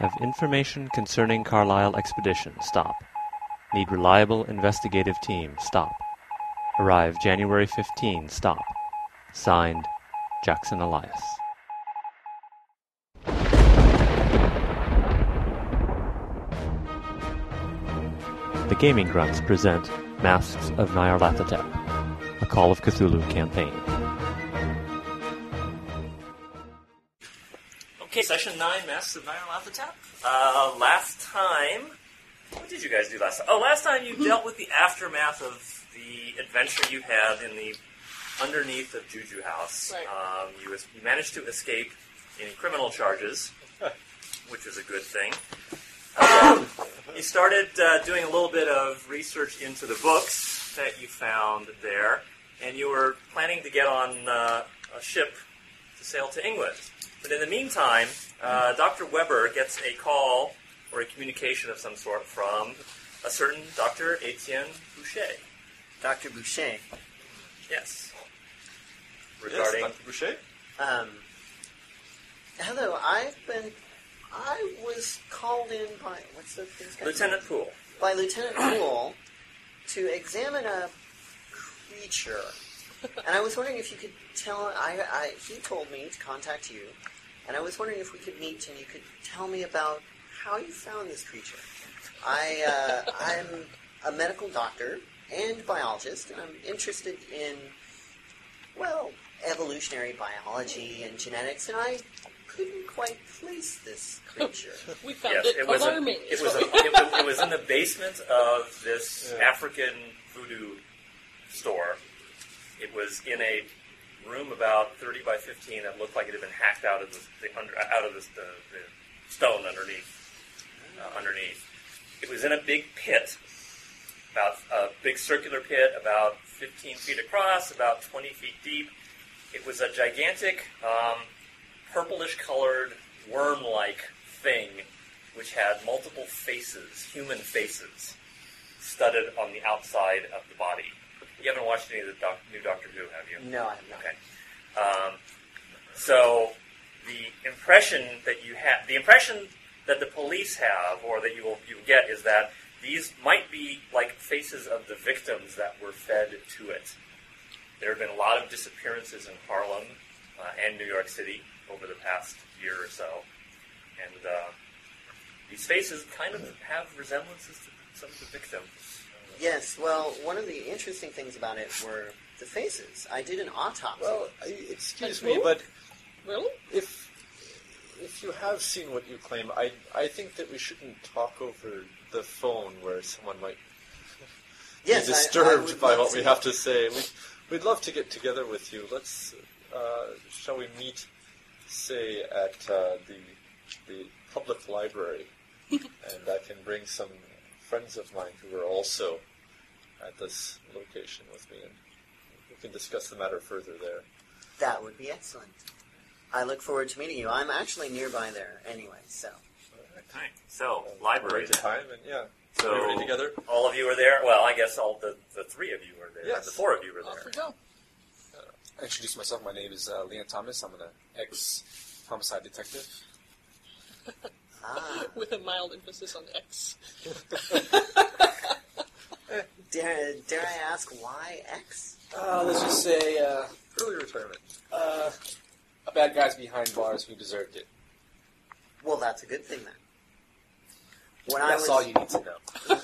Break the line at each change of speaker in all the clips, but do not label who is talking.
Have information concerning Carlisle expedition. Stop. Need reliable investigative team. Stop. Arrive January 15. Stop. Signed, Jackson Elias. The Gaming Grunts present Masks of Nyarlathotep, a Call of Cthulhu campaign.
Okay, session nine, Masks of Nyarlathotep. Uh, last time, what did you guys do last time? Oh, last time you dealt with the aftermath of the adventure you had in the underneath of Juju House.
Right.
Um, you, es- you managed to escape any criminal charges, which was a good thing. Um, you started uh, doing a little bit of research into the books that you found there, and you were planning to get on uh, a ship to sail to England. But in the meantime, uh, Dr. Weber gets a call or a communication of some sort from a certain Dr. Etienne Boucher.
Dr. Boucher.
Yes.
Yes,
Regarding.
Dr. Boucher.
Um, hello, I've been. I was called in by. What's the this guy's
Lieutenant Poole.
name? By Lieutenant Poole to examine a creature. and I was wondering if you could tell. I, I He told me to contact you. And I was wondering if we could meet and you could tell me about how you found this creature. I, uh, I'm a medical doctor and biologist, and I'm interested in, well, evolutionary biology and genetics, and I couldn't quite place this creature.
We found
yes,
it,
was a-
alarming.
it was a- it was- it was in the basement of this
Yeah.
African voodoo store. It was in a room about thirty by fifteen that looked like it had been hacked out of the, the under, out of the, the, the stone underneath. Uh, underneath, it was in a big pit, about a big circular pit, about fifteen feet across, about twenty feet deep. It was a gigantic, um, purplish-colored worm-like thing, which had multiple faces, human faces, studded on the outside of the body. You haven't watched any of the doc- new Doctor Who, have you?
No, I have not.
Okay. Um, so the impression that you have, the impression that the police have, or that you will you will get, is that these might be like faces of the victims that were fed to it. There have been a lot of disappearances in Harlem uh, and New York City over the past year or so, and uh, these faces kind of have resemblances to some of the victims.
Yes, well, one of the interesting things about it were the faces. I did an autopsy.
Well, I- excuse
Like
me,
who?
but
really?
if if you have seen what you claim, I I think that we shouldn't talk over the phone where someone might
yes,
be
I- I
disturbed
would
by
love
what
to
we
know.
have to say. We'd, we'd love to get together with you. Let's, uh, shall we meet, say, at uh, the the public library, and I can bring some friends of mine who are also at this location with me, and we can discuss the matter further there.
That would be excellent. I look forward to meeting you. I'm actually nearby there anyway, so.
Right. So
Uh,
library.
arrange a time, and yeah,
So
everybody together.
All of you are there. Well, I guess all the, the three of you are there.
Yes.
The four of you are
Off
there.
we go.
introduce myself. My name is uh, Leon Thomas. I'm an ex homicide detective.
Ah,
With a mild emphasis on X.
dare, dare I ask why X?
Uh, let's just say uh,
Early retirement.
uh, a bad guy's behind bars who deserved it.
Well, that's a good thing then. When I was,
That's all you need to know.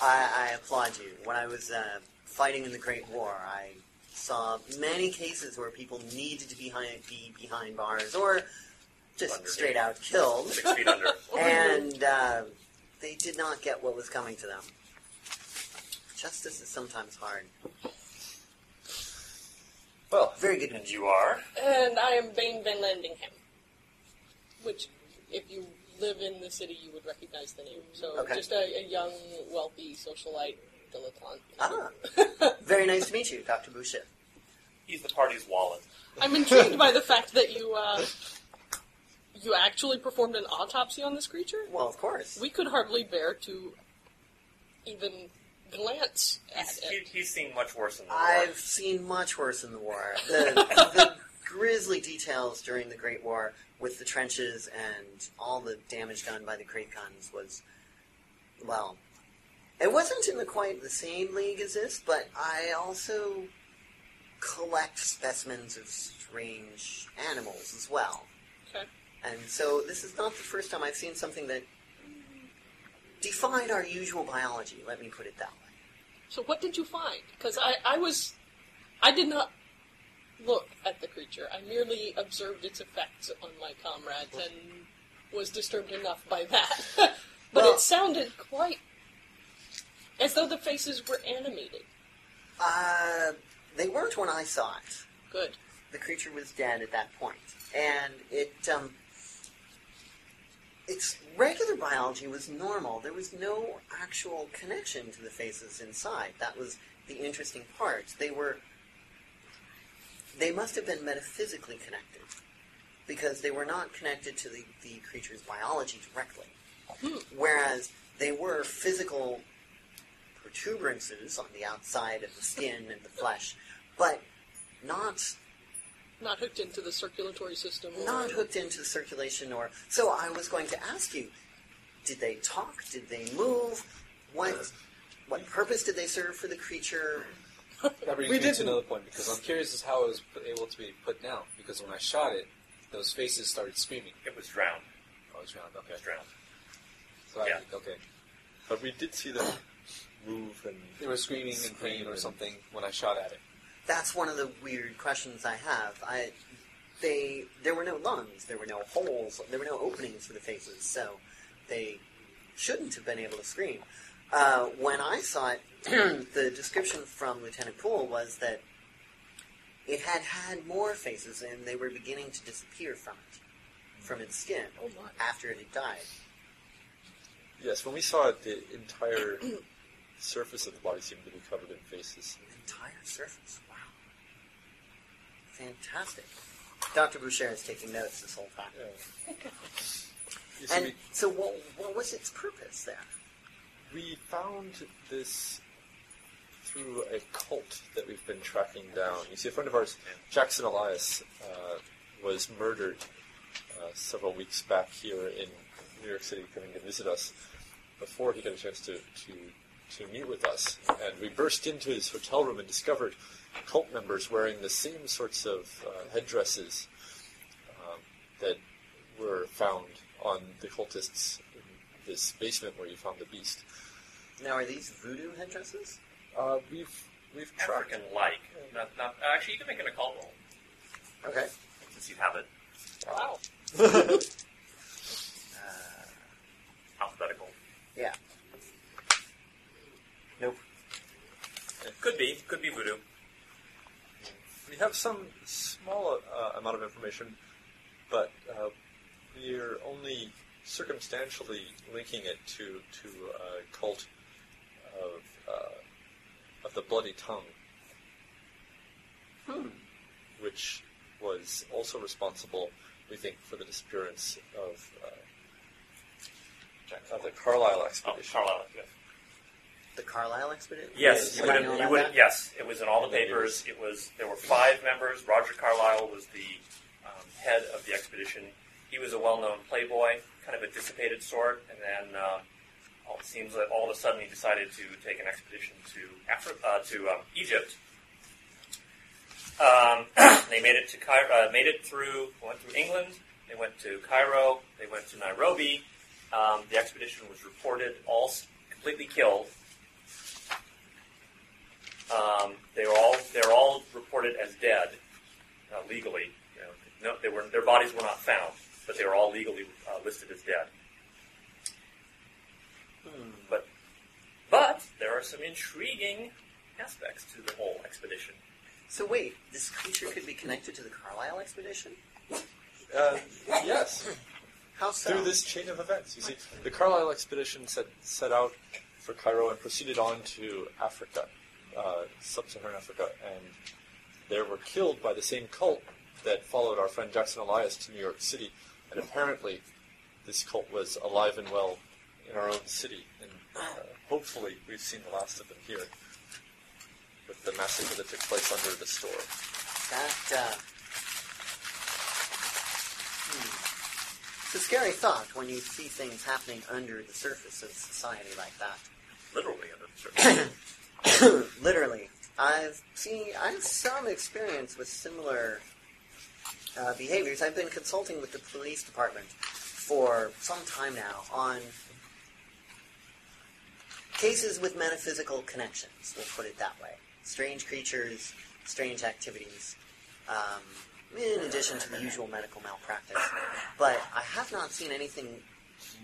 I, I applaud you. When I was uh, fighting in the Great War, I saw many cases where people needed to behind, be behind bars or just
Under.
straight out killed,
Six feet under.
and uh, they did not get what was coming to them. Justice is sometimes hard.
Well,
Very good.
And you are?
And I am Bane Van Landingham. Which, if you live in the city, you would recognize the name. So,
Okay.
just a, a young, wealthy socialite dilettante.
Ah, very nice to meet you, Dr. Boucher.
He's the party's wallet.
I'm intrigued by the fact that you, uh, you actually performed an autopsy on this creature.
Well, of course.
We could hardly bear to even glance at
He's,
it.
he, he's seen much worse in the war.
I've seen much worse in the war. The, the grisly details during the Great War with the trenches and all the damage done by the great guns was, well, it wasn't in the quite the same league as this, but I also collect specimens of strange animals as well.
Okay.
And so this is not the first time I've seen something that defied our usual biology, let me put it that way.
So what did you find? Because I, I was, I did not look at the creature. I merely observed its effects on my comrades and was disturbed enough by that. but
Well-
it sounded quite as though the faces were animated.
Uh, they weren't when I saw it.
Good.
The creature was dead at that point. And it, um, its regular biology was normal. There was no actual connection to the faces inside. That was the interesting part. They were, they must have been metaphysically connected because they were not connected to the, the creature's biology directly. Whereas they were physical protuberances on the outside of the skin and the flesh, but not
Not hooked into the circulatory system. or-
not hooked into circulation or so i was going to ask you did they talk did they move what what purpose did they serve for the creature
That brings
We
me to
didn't-
another point because I'm curious as how it was put, able to be put down. Because when I shot it, those faces started screaming.
It was drowned.
Oh, it's round.
It was
Okay.
drowned.
So I
Yeah.
think, okay.
But we did see them move and
They were screaming in pain or
Screaming.
something when I shot at it.
that's one of the weird questions i have i they there were no lungs there were no holes there were no openings for the faces so they shouldn't have been able to scream uh, when i saw it the description from lieutenant poole was that it had had more faces and they were beginning to disappear from it from its skin
Oh my.
after it had died.
yes, when we saw it, the entire surface of the body seemed to be covered in faces.
The entire surface. Wow. Fantastic. Dr. Boucher is taking notes this whole time.
Yeah. You see,
And
we-
so, what, what was its purpose there?
We found this through a cult that we've been tracking down. You see, a friend of ours, Jackson Elias, uh, was murdered uh, several weeks back here in New York City, coming to visit us before he got a chance to, to, to meet with us. And we burst into his hotel room and discovered cult members wearing the same sorts of uh, headdresses um, that were found on the cultists in this basement where you found the beast.
Now, are these voodoo headdresses?
Uh, we've we've tracked.
African like. Not, not, actually, you can make an occult roll
Okay.
since you have it.
Wow.
Uh, Alphabetical.
Yeah. Nope.
Could be. Could be voodoo.
We have some small uh, amount of information, but uh, we're only circumstantially linking it to to a cult of uh, of the bloody tongue, which was also responsible, we think, for the disappearance of. Uh, of the Carlisle
Oh,
expedition.
Carlisle. yeah.
The Carlisle expedition?
Yes, you
Yeah, so
would,
I
know
have, you
about
would
that?
yes, it was in all the
Yeah, they do.
papers. It was there were five members. Roger Carlyle was the um, head of the expedition. He was a well-known playboy, kind of a dissipated sort, and then um, all, it seems that all of a sudden he decided to take an expedition to Afri- uh, to um, Egypt. Um, they made it to Cairo, uh, made it through went through England. They went to Cairo. They went to Nairobi. Um, the expedition was reported all s- completely killed. Um, they were all they're all reported as dead uh, legally. You know, no, they were their bodies were not found, but they were all legally uh, listed as dead. But but there are some intriguing aspects to the whole expedition.
So, wait, this creature could be connected to the Carlisle expedition?
Uh, yes,
How so?
through this chain of events. You see, the Carlisle expedition set, set out for Cairo and proceeded on to Africa, uh, sub-Saharan Africa, and there were killed by the same cult that followed our friend Jackson Elias to New York City. And apparently, this cult was alive and well in our own city, and uh, hopefully, we've seen the last of them here with the massacre that took place under the store.
That, uh, hmm. It's a scary thought when you see things happening under the surface of society like that.
literally under the surface.
Literally, I've seen I have some experience with similar uh, behaviors. I've been consulting with the police department for some time now on cases with metaphysical connections. We'll put it that way: strange creatures, strange activities. Um, in addition to the usual medical malpractice, but I have not seen anything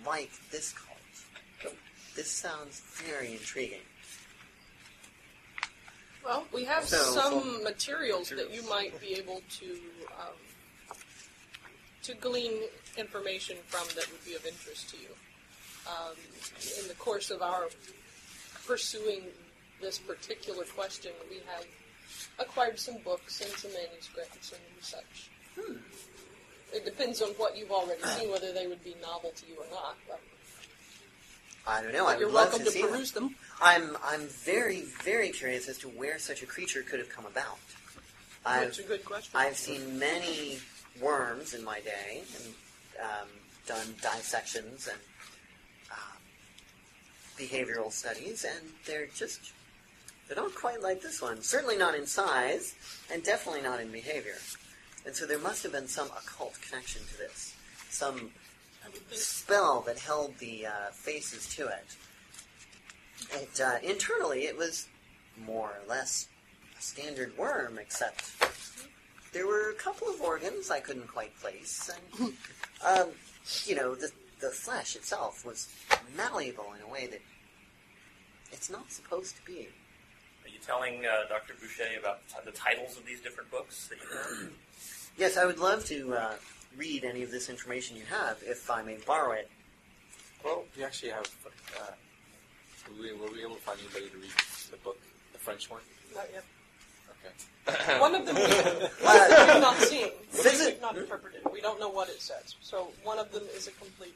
like this cult. This sounds very intriguing.
Well, we have
So,
some
some
materials that you might be able to um, to glean information from that would be of interest to you. Um, in the course of our pursuing this particular question, we have acquired some books and some manuscripts and such. It depends on what you've already seen, whether they would be novel to you or not. But
I don't know. Oh, I
you're
would love
welcome
to
to,
see them.
peruse them.
I'm I'm very very curious as to where such a creature could have come about.
That's
I've
a good question.
I've seen many worms in my day and um, done dissections and um, behavioral studies, and they're just they're not quite like this one. Certainly not in size, and definitely not in behavior. And so there must have been some occult connection to this, some
I would think
spell that held the uh, faces to it. It uh, internally it was more or less a standard worm, except there were a couple of organs I couldn't quite place, and um, you know the the flesh itself was malleable in a way that it's not supposed to be.
Are you telling uh, Dr. Boucher about t- the titles of these different books? That you learned?
Yes, I would love to uh, read any of this information you have, if I may borrow it.
Well, we actually have. Uh, were, we, were we able to find anybody to read the book, the French one?
not yet.
Okay.
One of them we
Uh,
have not seen.
Visit-
We've not interpreted. We don't know what it says. So one of them is a complete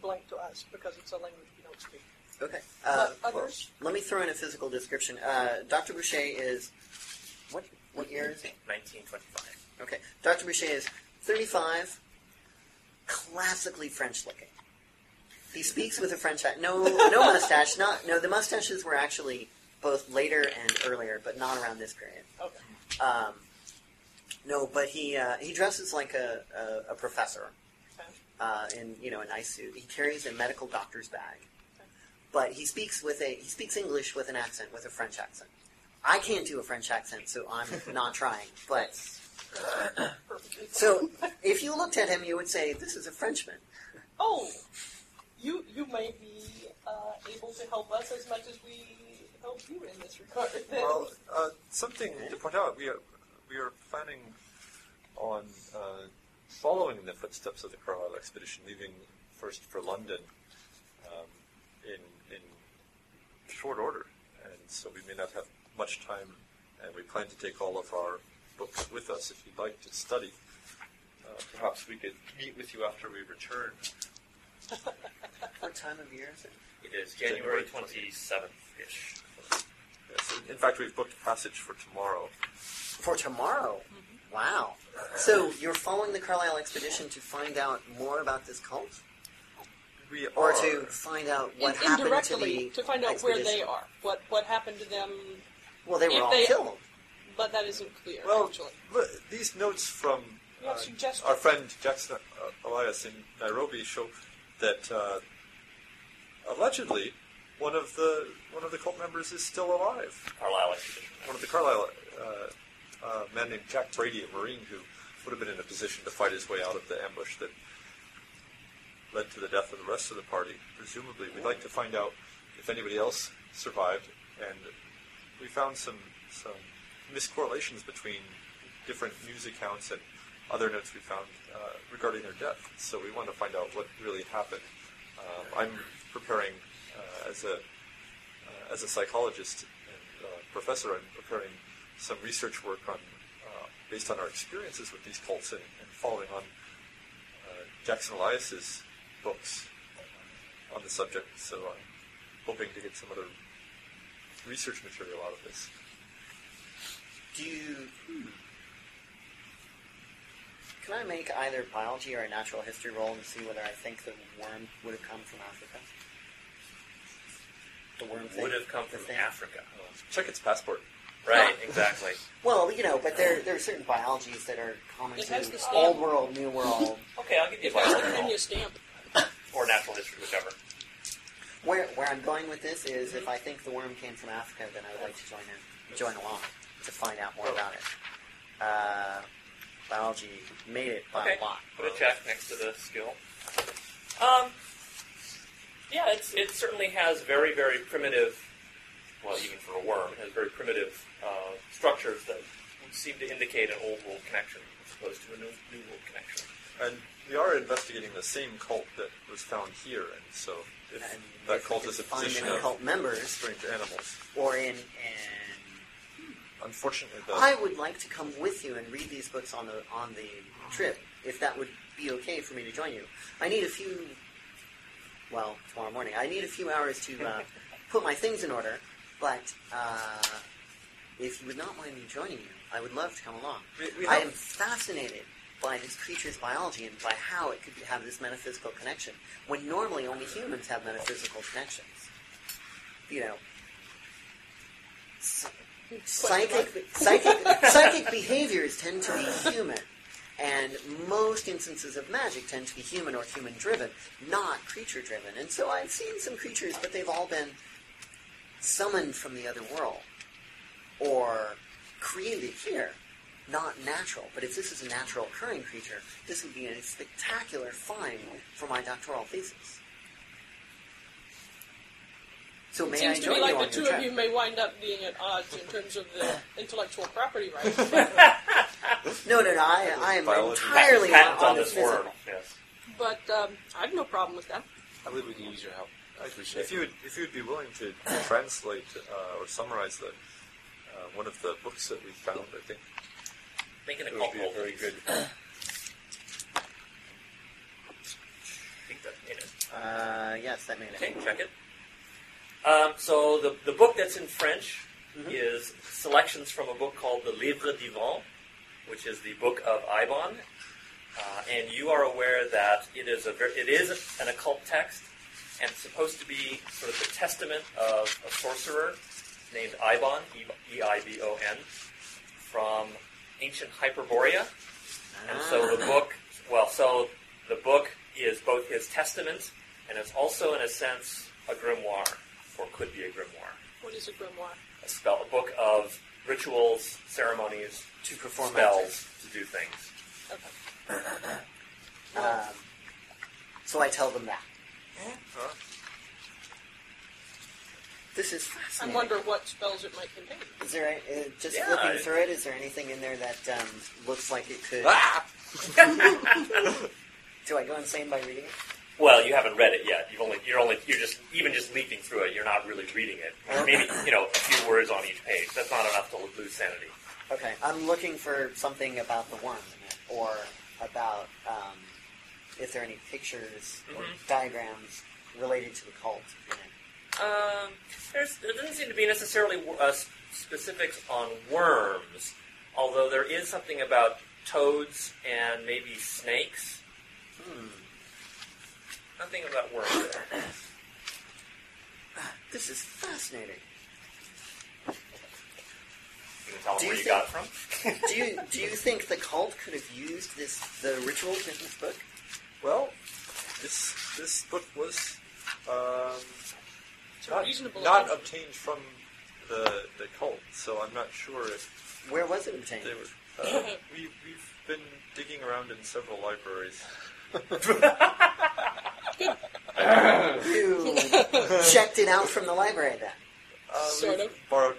blank to us because it's a language we don't speak.
okay. Uh,
But others,
Let me throw in a physical description. Uh, Dr. Boucher is what? What year is it?
1925.
Okay, Dr. Boucher is 35, classically French looking. He speaks with a French ac- no no mustache. Not no. The mustaches were actually both later and earlier, but not around this period.
okay.
Um, no, but he uh, he dresses like a, a, a professor
Okay.
uh, in you know a nice suit. He carries a medical doctor's bag, but he speaks with a he speaks English with an accent, with a French accent. I can't do a French accent, so I'm not trying. But
Perfectly.
so if you looked at him, you would say this is a Frenchman.
oh, you you may be uh, able to help us as much as we help you in this regard. then.
Well, uh, something to point out: we are we are planning on uh, following the footsteps of the Carlisle expedition, leaving first for London um, in in short order, and so we may not have much time. And we plan to take all of our books with us. If you'd like to study, uh, perhaps we could meet with you after we return.
What time of year is it?
It is January
January
27th ish.
Yes, in- in fact, we've booked passage for tomorrow.
For tomorrow. Wow. So you're following the Carlisle expedition to find out more about this cult,
We
or
are-
to find out what
In-
happened to
indirectly
the
to, find out
expedition.
where they are, what what happened to them,
Well, they were
if
all
they-
killed.
but that isn't clear
Well,
actually.
look, these notes from
You have
uh,
suggestions.
our friend Jackson uh, Elias in Nairobi show that uh, allegedly one of the one of the cult members is still alive.
Carlisle Expedition.
One of the Carlisle uh, uh, man named Jack Brady, a Marine who would have been in a position to fight his way out of the ambush that led to the death of the rest of the party. Presumably, we'd like to find out if anybody else survived, and we found some some miscorrelations between different news accounts and other notes we found uh, regarding their death. So we want to find out what really happened. Um, I'm preparing uh, as a uh, as a psychologist and uh, professor, I'm preparing some research work on uh, based on our experiences with these cults and, and following on uh, Jackson Elias's books on the subject. So I'm hoping to get some other research material out of this.
Hmm. Do you? Can I make either biology or a natural history roll and see whether I think the worm would have come from Africa? The worm thing?
Would have come
The
from
thing?
Africa.
Uh, Check its passport.
Right, exactly.
Well, you know, but there, there are certain biologies that are common
It
to
has the stamp.
old world, new world.
Okay, I'll give you a
It has the
biology roll.
Virginia stamp.
Or natural history, whichever.
where, where I'm going with this is if I think the worm came from Africa, then I would like to join in, join along to find out more about it. Uh, biology made it by
Okay.
a lot.
Put a check next to the skill. Um, yeah, it's, it certainly has very, very primitive, well, even for a worm, it has very primitive uh, structures that seem to indicate an old world connection as opposed to a new, new world connection.
And we are investigating the same cult that was found here, and so if
And
that
if
cult
we
is a
could find
position
any
of
cult members
strange animals,
or in, in
unfortunately, the,
I would like to come with you and read these books on the on the trip, if that would be okay for me to join you. I need a few. Well, tomorrow morning. I need a few hours to uh, put my things in order, but uh, if you would not mind me joining you, I would love to come along.
we, we
I
have-
am fascinated by this creature's biology and by how it could have this metaphysical connection, when normally only humans have metaphysical connections. You know, s- psychic, psychic, psychic behaviors tend to be human, and most instances of magic tend to be human or human-driven, not creature-driven. And so I've seen some creatures, but they've all been summoned from the other world or created here, not natural. But if this is a natural occurring creature, this would be a spectacular find for my doctoral thesis. So may
It seems
I
to me
join you
like
on
the
your
two
trip?
of you may wind up being at odds in terms of the intellectual property rights.
No, no, no. I, I am
Biology.
entirely
Patents
on,
on
the
this
physical.
worm. Yes.
But um, I have no problem with that.
I believe we can use your help. I appreciate
if you would, if you would be willing to translate uh, or summarize the, uh, one of the books that we found, I think
Making a
it
cult
would be
roll.
a very
please.
good.
I think that made it.
Uh, yes, that made it.
Okay, check it. Um, so the, the book that's in French is selections from a book called the Livre d'Ivan, which is the book of Ibon. Uh, and you are aware that it is a ver- it is an occult text and it's supposed to be sort of the testament of a sorcerer named Ibon, E I B O N, from ancient Hyperborea. And
Ah,
so the book, well, so the book is both his testament and it's also, in a sense, a grimoire, or could be a grimoire.
What is a grimoire?
A spell, a book of rituals, ceremonies,
To perform
spells to do things.
Okay.
Um, so I tell them that. This is
I
fascinating.
wonder what spells it might contain.
Is there a- uh, just
Yeah,
flipping
I-
through it? Is there anything in there that um, looks like it could?
Ah!
Do I go insane by reading it?
Well, you haven't read it yet. You've only, you're only, you're just even just leaping through it. You're not really reading it. Maybe you know a few words on each page. That's not enough to lose sanity.
Okay, I'm looking for something about the worm in it, or about um, if there are any pictures or diagrams related to the cult. In it.
Um, there's, there doesn't seem to be necessarily uh, s- specifics on worms, although there is something about toads and maybe snakes. Hmm. Nothing about worms. there.
This is fascinating.
You can tell them
Do
where
you
you got it from.
do you do you think the cult could have used this the rituals in this book?
Well, this this book was um,
It's a
not,
reasonable
not
amount.
obtained from the the cult, so I'm not sure if
Where was it obtained?
They were, uh, we, we've been digging around in several libraries.
You checked it out from the library then.
Uh,
Sort
we've
of.
Borrowed.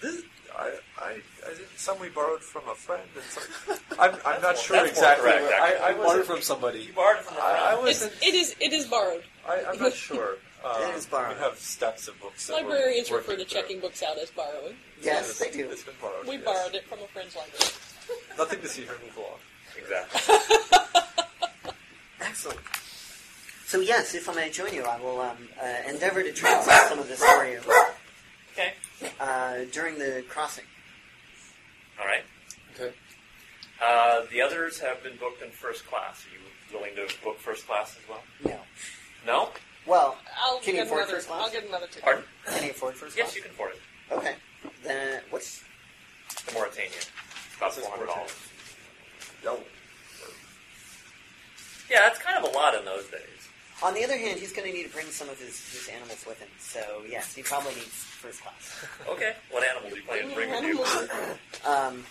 This, I, I, I think some we borrowed from a friend, and some. I'm, I'm
more-
not sure
that's more
exactly.
correct,
where- I, I
I borrowed
wasn't.
from somebody.
You borrowed it from the
I, I
friend.
It's,
wasn't.
it is it is borrowed.
I, I'm not sure. Um,
It is borrowed.
We have stacks of books. that we're
Librarians
working
refer to
through.
checking books out as borrowing.
Yes, they do.
It's been borrowed.
We
yes.
borrowed it from a friend's library.
Nothing to see her move along.
Exactly.
Excellent. So yes, if I may join you, I will um, uh, endeavor to translate some of this for you
Okay.
uh, during the crossing.
All right.
Okay.
Uh, the others have been booked in first class. Are you willing to book first class as well?
No.
No?
Well,
I'll
Can you
get
afford
another.
first class?
I'll get another ticket.
Pardon?
can you afford first
Yes,
class?
you can afford it.
Okay. Then what's
The Mauritania. About
This is
four hundred dollars.
No.
Yeah, that's kind of a lot in those days.
on the other hand, he's going to need to bring some of his, his animals with him. So yes, he probably needs first class.
Okay. What animal do you plan to bring with you?
Um,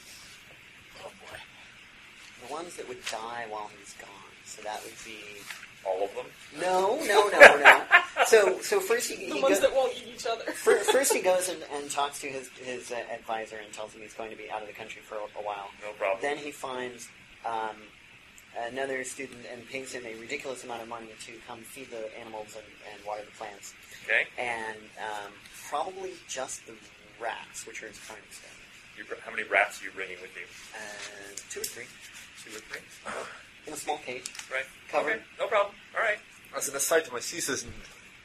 oh, the ones that would die while he's gone. So that would be
All of them.
No, no, no, no. so, so first he,
The
he
ones
goes,
that won't eat each other.
fir- first he goes and, and talks to his his uh, advisor and tells him he's going to be out of the country for a, a while.
No problem.
Then he finds um, another student and pays him a ridiculous amount of money to come feed the animals and, and water the plants,
okay.
and um, probably just the rats, which are his prime experiment.
You, br- how many rats are you bringing with you?
Uh, two or three
Two or three.
in a small cage.
Right.
Covered.
Okay. No problem. All right.
As an aside to my seasoned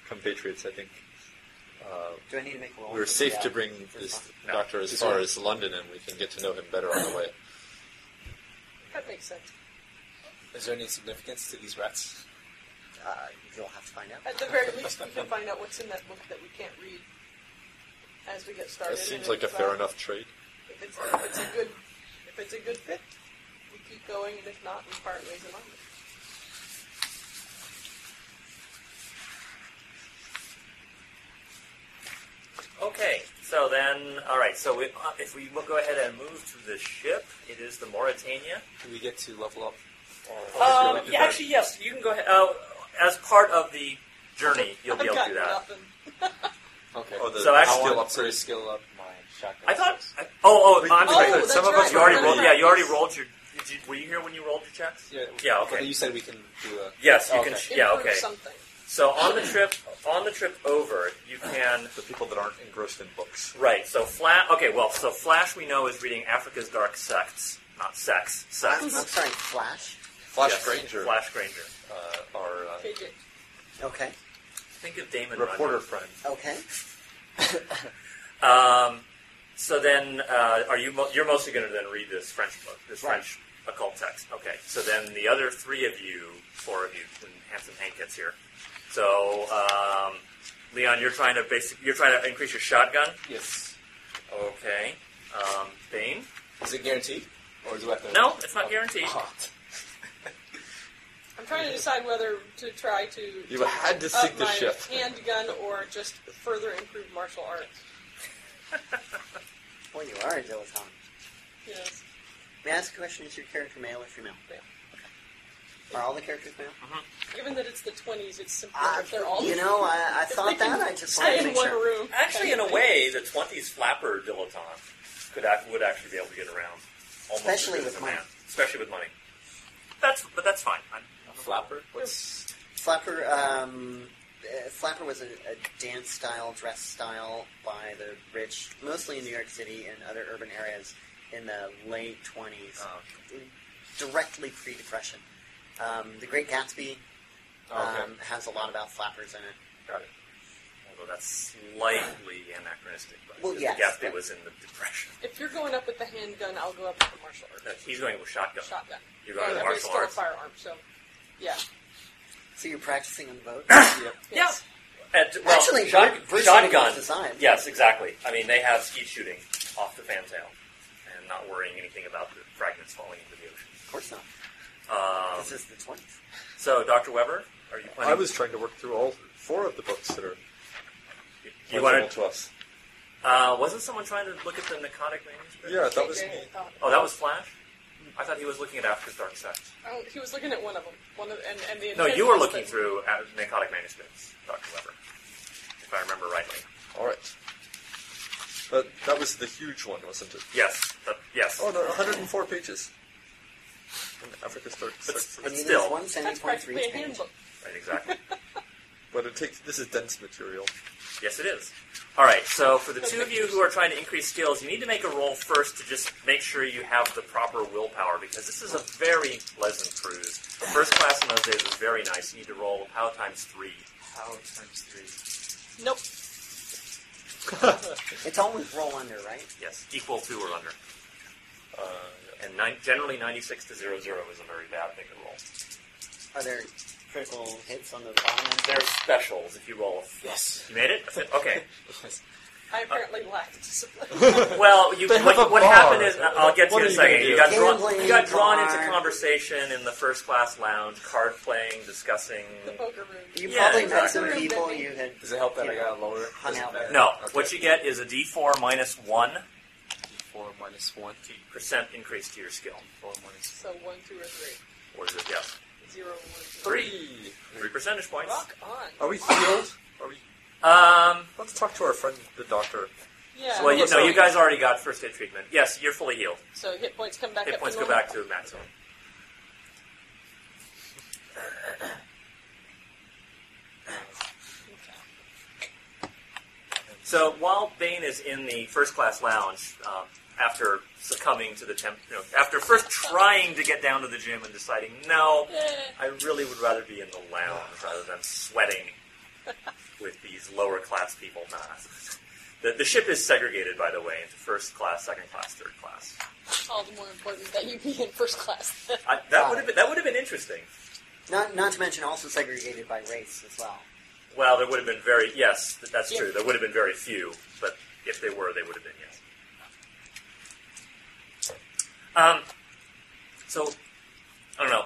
compatriots, I think uh,
Do I need to make a roll?
we were
for the,
safe
uh,
to bring
first
this
one?
No.
doctor as far as London, and we can get to know him better on the way.
That makes sense.
Is there any significance to these rats?
Uh, you'll have to find out.
At the very least, we can find out what's in that book that we can't read as we get started.
That seems
and
like
if
a
it's
fair
out-
enough trade.
If it's, if it's a good, if it's a good fit, we keep going, and if not, we part ways along.
Okay, so then, all right. So we, uh, if we will go ahead and move to the ship, it is the Mauritania.
Do we get to level up?
Oh,
Or
Um, yeah, actually, yes. You can go ahead. Uh, as part of the journey, you'll be able to
I've got uh,
do that.
nothing.
okay.
Oh, the-
So actually-
I
skill
want
up
to skill up my shotgun.
I thought. I, oh, oh, I'm
Oh,
sorry.
that's
Some of us
right.
You already
Yeah.
rolled. Yeah, you already rolled your. Did you, were you here when you rolled your checks?
Yeah,
Yeah, okay.
But you said we can do a.
Yes, you
Oh,
can.
okay.
Yeah,
Improve
okay.
Something.
So on the trip, on the trip over, you can.
The people that aren't engrossed in books.
Right. So Flash. Okay. Well, so Flash we know is reading Africa's Dark Sects, not sex.
I'm, I'm
Sects.
sorry, Flash.
Flash
Yes,
Granger,
Flash Granger.
Uh, our uh,
Okay, good.
Okay.
Think of Damon.
reporter
Runyon.
friend.
Okay.
Um, so then, uh, are you? Mo- you're mostly going to then read this French book, this
Right.
French occult text. Okay. So then, the other three of you, four of you, when Handsome Hank gets here. So, um, Leon, you're trying to basic. You're trying to increase your shotgun.
Yes.
Okay. Um, Bane.
Is it guaranteed? Or do I have to.
No, it's not guaranteed.
Uh-huh.
Oh.
I'm trying to decide whether to try to
You had to seek
up
the
my
ship.
handgun or just further improve martial arts.
Well, you are a dilettante.
Yes.
May I ask a question? Is your character male or female?
Male.
Are all the characters male?
Given that it's the 20s, it's simpler
I,
if they're Uh, all
you know, I, I thought that. I just wanted
stay
to
in
make
one
sure.
room.
Actually, in a way, the '20s flapper dilettante could act, would actually be able to get around, almost as
Especially
good as
with
a
money.
man. Especially with money. That's but that's fine. I'm,
Flapper? What's.
Flapper, um, uh, Flapper was a, a dance style, dress style by the rich, mostly in New York City and other urban areas in the late 20s,
uh,
directly pre Depression. Um, the Great Gatsby
okay.
um, has a lot about flappers in it.
Got it. Although that's slightly anachronistic. But
Well,
the
yes,
Gatsby
but-
was in the Depression.
If you're going up with the handgun, I'll go up with the martial
No,
arts.
he's going with shotgun.
Shotgun.
You're going
And
with
there's
martial
still
arts.
a firearm, so yeah.
So you're practicing on both?
Yep.
Yes.
And, well,
Actually,
shot,
Bruce- Bruce Nichols
shotgun.
design.
Yes, exactly. I mean, they have skeet shooting off the fantail and not worrying anything about the fragments falling into the ocean.
Of course not.
Um,
This is the 20s.
so, Dr. Weber, are you planning?
I was trying to work through all four of the books that are
You
available
wanted,
to us.
uh, wasn't someone trying to look at the Nicotic manuscript?
Yeah, that was me.
Okay, uh,
Oh, that was Flash. I thought he was looking at Africa's Dark Side.
oh, he was looking at one of them. One of and, and the
No, you were
intention was
looking
that-
through at Nicotic manuscripts, Dr. Weber, if I remember rightly.
All right. That, that was the huge one, wasn't it?
Yes, uh, yes.
Oh, no, 104 pages. In Africa
It's-
starts.
I
it's-
starts-
mean,
still,
there's one
That's
seventy point three
practically a
page.
handbook.
Right, exactly.
But it takes. This is dense material.
yes, it is. All right, so for the two of you who are trying to increase skills, you need to make a roll first to just make sure you have the proper willpower because this is a very pleasant cruise. The first class in those days was very nice. You need to roll how times three.
How times three?
Nope.
It's always roll under, right?
Yes, equal to or under.
Uh,
and nine, generally 96 to 00 is a very bad make a roll.
Are there critical hits on those bottom ones?
They're specials if you roll. a f-
Yes.
You made it? That's it? Okay.
I apparently lack discipline.
Well, you,
They have a
what, what
bar.
happened is, I'll get to
What
you in
are
a second.
you gonna
You
do?
got, drawn,
Gambling
you got drawn
bar.
into conversation in the first class lounge, card playing, discussing.
the poker room.
You
Yeah,
probably met
exactly.
some people you had.
Does it help that
you
I got a lower?
hung
Doesn't
out
matter.
with.
No,
Okay.
what you get is a d4 minus 1%
Four minus one.
increase to your skill.
Four minus
So one, two, or three.
Or is it, yes,
Zero, one, two.
Three. three percentage points. Oh.
Rock on.
Are we healed? Are we?
Um,
Let's talk to our friend, the doctor.
Yeah.
well, you, no,
sorry.
you guys already got first aid treatment. Yes, you're fully healed.
so hit points come back
Hit
up
points
to
go
normal.
back to maximum. So while Bane is in the first class lounge, um, after succumbing to the temp, you know, after first trying to get down to the gym and deciding, no,
Yeah.
I really would rather be in the lounge rather than sweating with these lower class people. Nah. The, the ship is segregated, by the way, into first class, second class, third class.
All the more important that you be in first class.
I, that would have been that would have been interesting.
Not, not to mention also segregated by race as well.
Well, there would have been very yes, th- that's
Yeah.
true. There would have been very few, but if they were, they would have been yes. Um, so I don't know.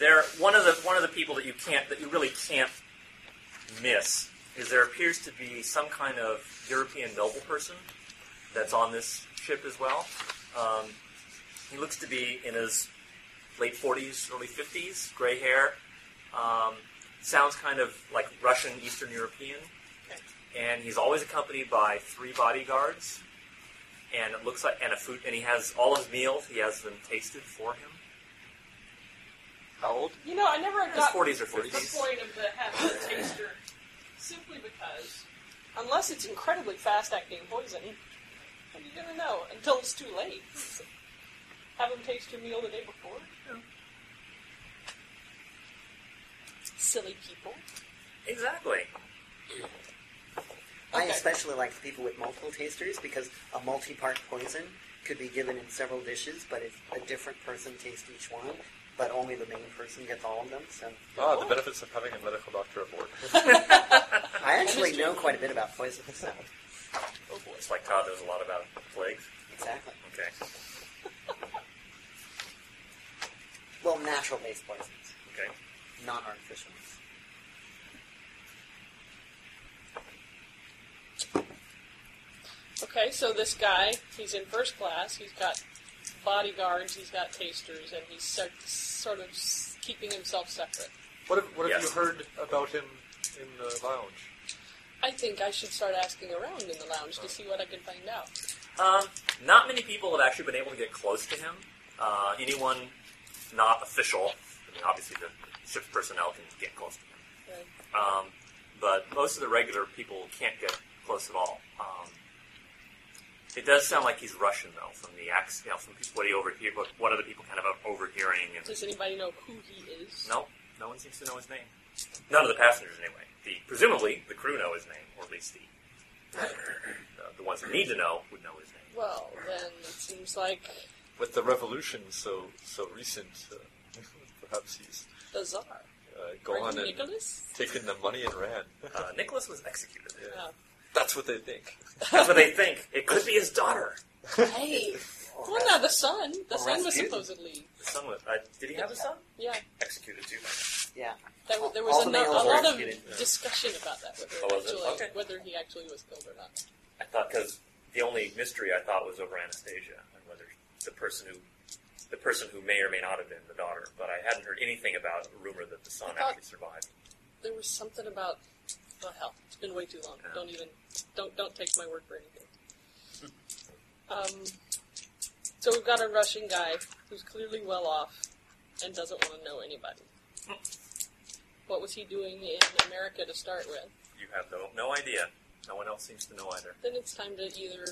There, one of the one of the people that you can't that you really can't miss is there appears to be some kind of European noble person that's on this ship as well. Um, he looks to be in his late 40s, early 50s, gray hair. Um, sounds kind of like Russian, Eastern European. And he's always accompanied by three bodyguards, and it looks like and a food. And he has all of his meals. He has them tasted for him.
How old?
You know, I never
His
got
forties or
the
fifties.
point of the having a taster, simply because unless it's incredibly fast-acting poison, how are you gonna know until it's too late? Have them taste your meal the day before. Silly people.
Exactly.
I
Okay.
especially like the people with multiple tasters because a multi-part poison could be given in several dishes, but if a different person tastes each one, but only the main person gets all of them. So
Ah, the benefits of having a medical doctor aboard.
Oh,
I
Uh-huh.
actually know quite a bit about poison. So
Oh boy.
It's like Todd knows a lot about plagues.
exactly.
Okay.
Well, natural-based poisons,
Okay.
not artificial ones.
Okay, so this guy, he's in first class. He's got bodyguards. He's got tasters, and he's sort sort of s- keeping himself separate.
What have, what have
Yes.
you heard about him in the lounge?
I think I should start asking around in the lounge to see what I can find out.
Um, not many people have actually been able to get close to him. Uh, anyone not official, I mean, obviously the ship's personnel can get close to him.
Right.
Um, but most of the regular people can't get close at all. Um, it does sound like he's Russian, though, from the accent, you know, from people, what he overhear, what, what other people kind of overhearing. And
Does anybody know who he is?
no, no one seems to know his name. None of the passengers, anyway. The presumably the crew know his name, or at least the uh, the ones who need to know would know his name.
Well, then it seems like
With the revolution so so recent, uh, perhaps he's
the Tsar.
uh, gone
Martin
and
Nicholas?
taken the money and ran.
Uh, Nicholas was executed.
Oh.
That's what they think.
That's what they think. It could be his daughter.
Hey! well, now the son. The son was
Rasputin.
supposedly.
The son was. Uh, did he have a son?
Yeah.
Executed too.
Yeah.
There, there
All
was
the
a, no-
males
a
were
lot of
executed.
discussion about that, whether,
Oh, was it?
actually,
Okay.
whether he actually was killed or not.
I thought because the only mystery I thought was over Anastasia and whether the person who the person who may or may not have been the daughter, but I hadn't heard anything about a rumor that the son
I thought-
actually survived.
There was something about. Well, hell, it's been way too long.
Yeah.
Don't even. Don't don't take my word for anything. Um, so we've got a Russian guy who's clearly well off and doesn't want to know anybody. What was he doing in America to start with?
You have no no idea. No one else seems to know either.
Then it's time to either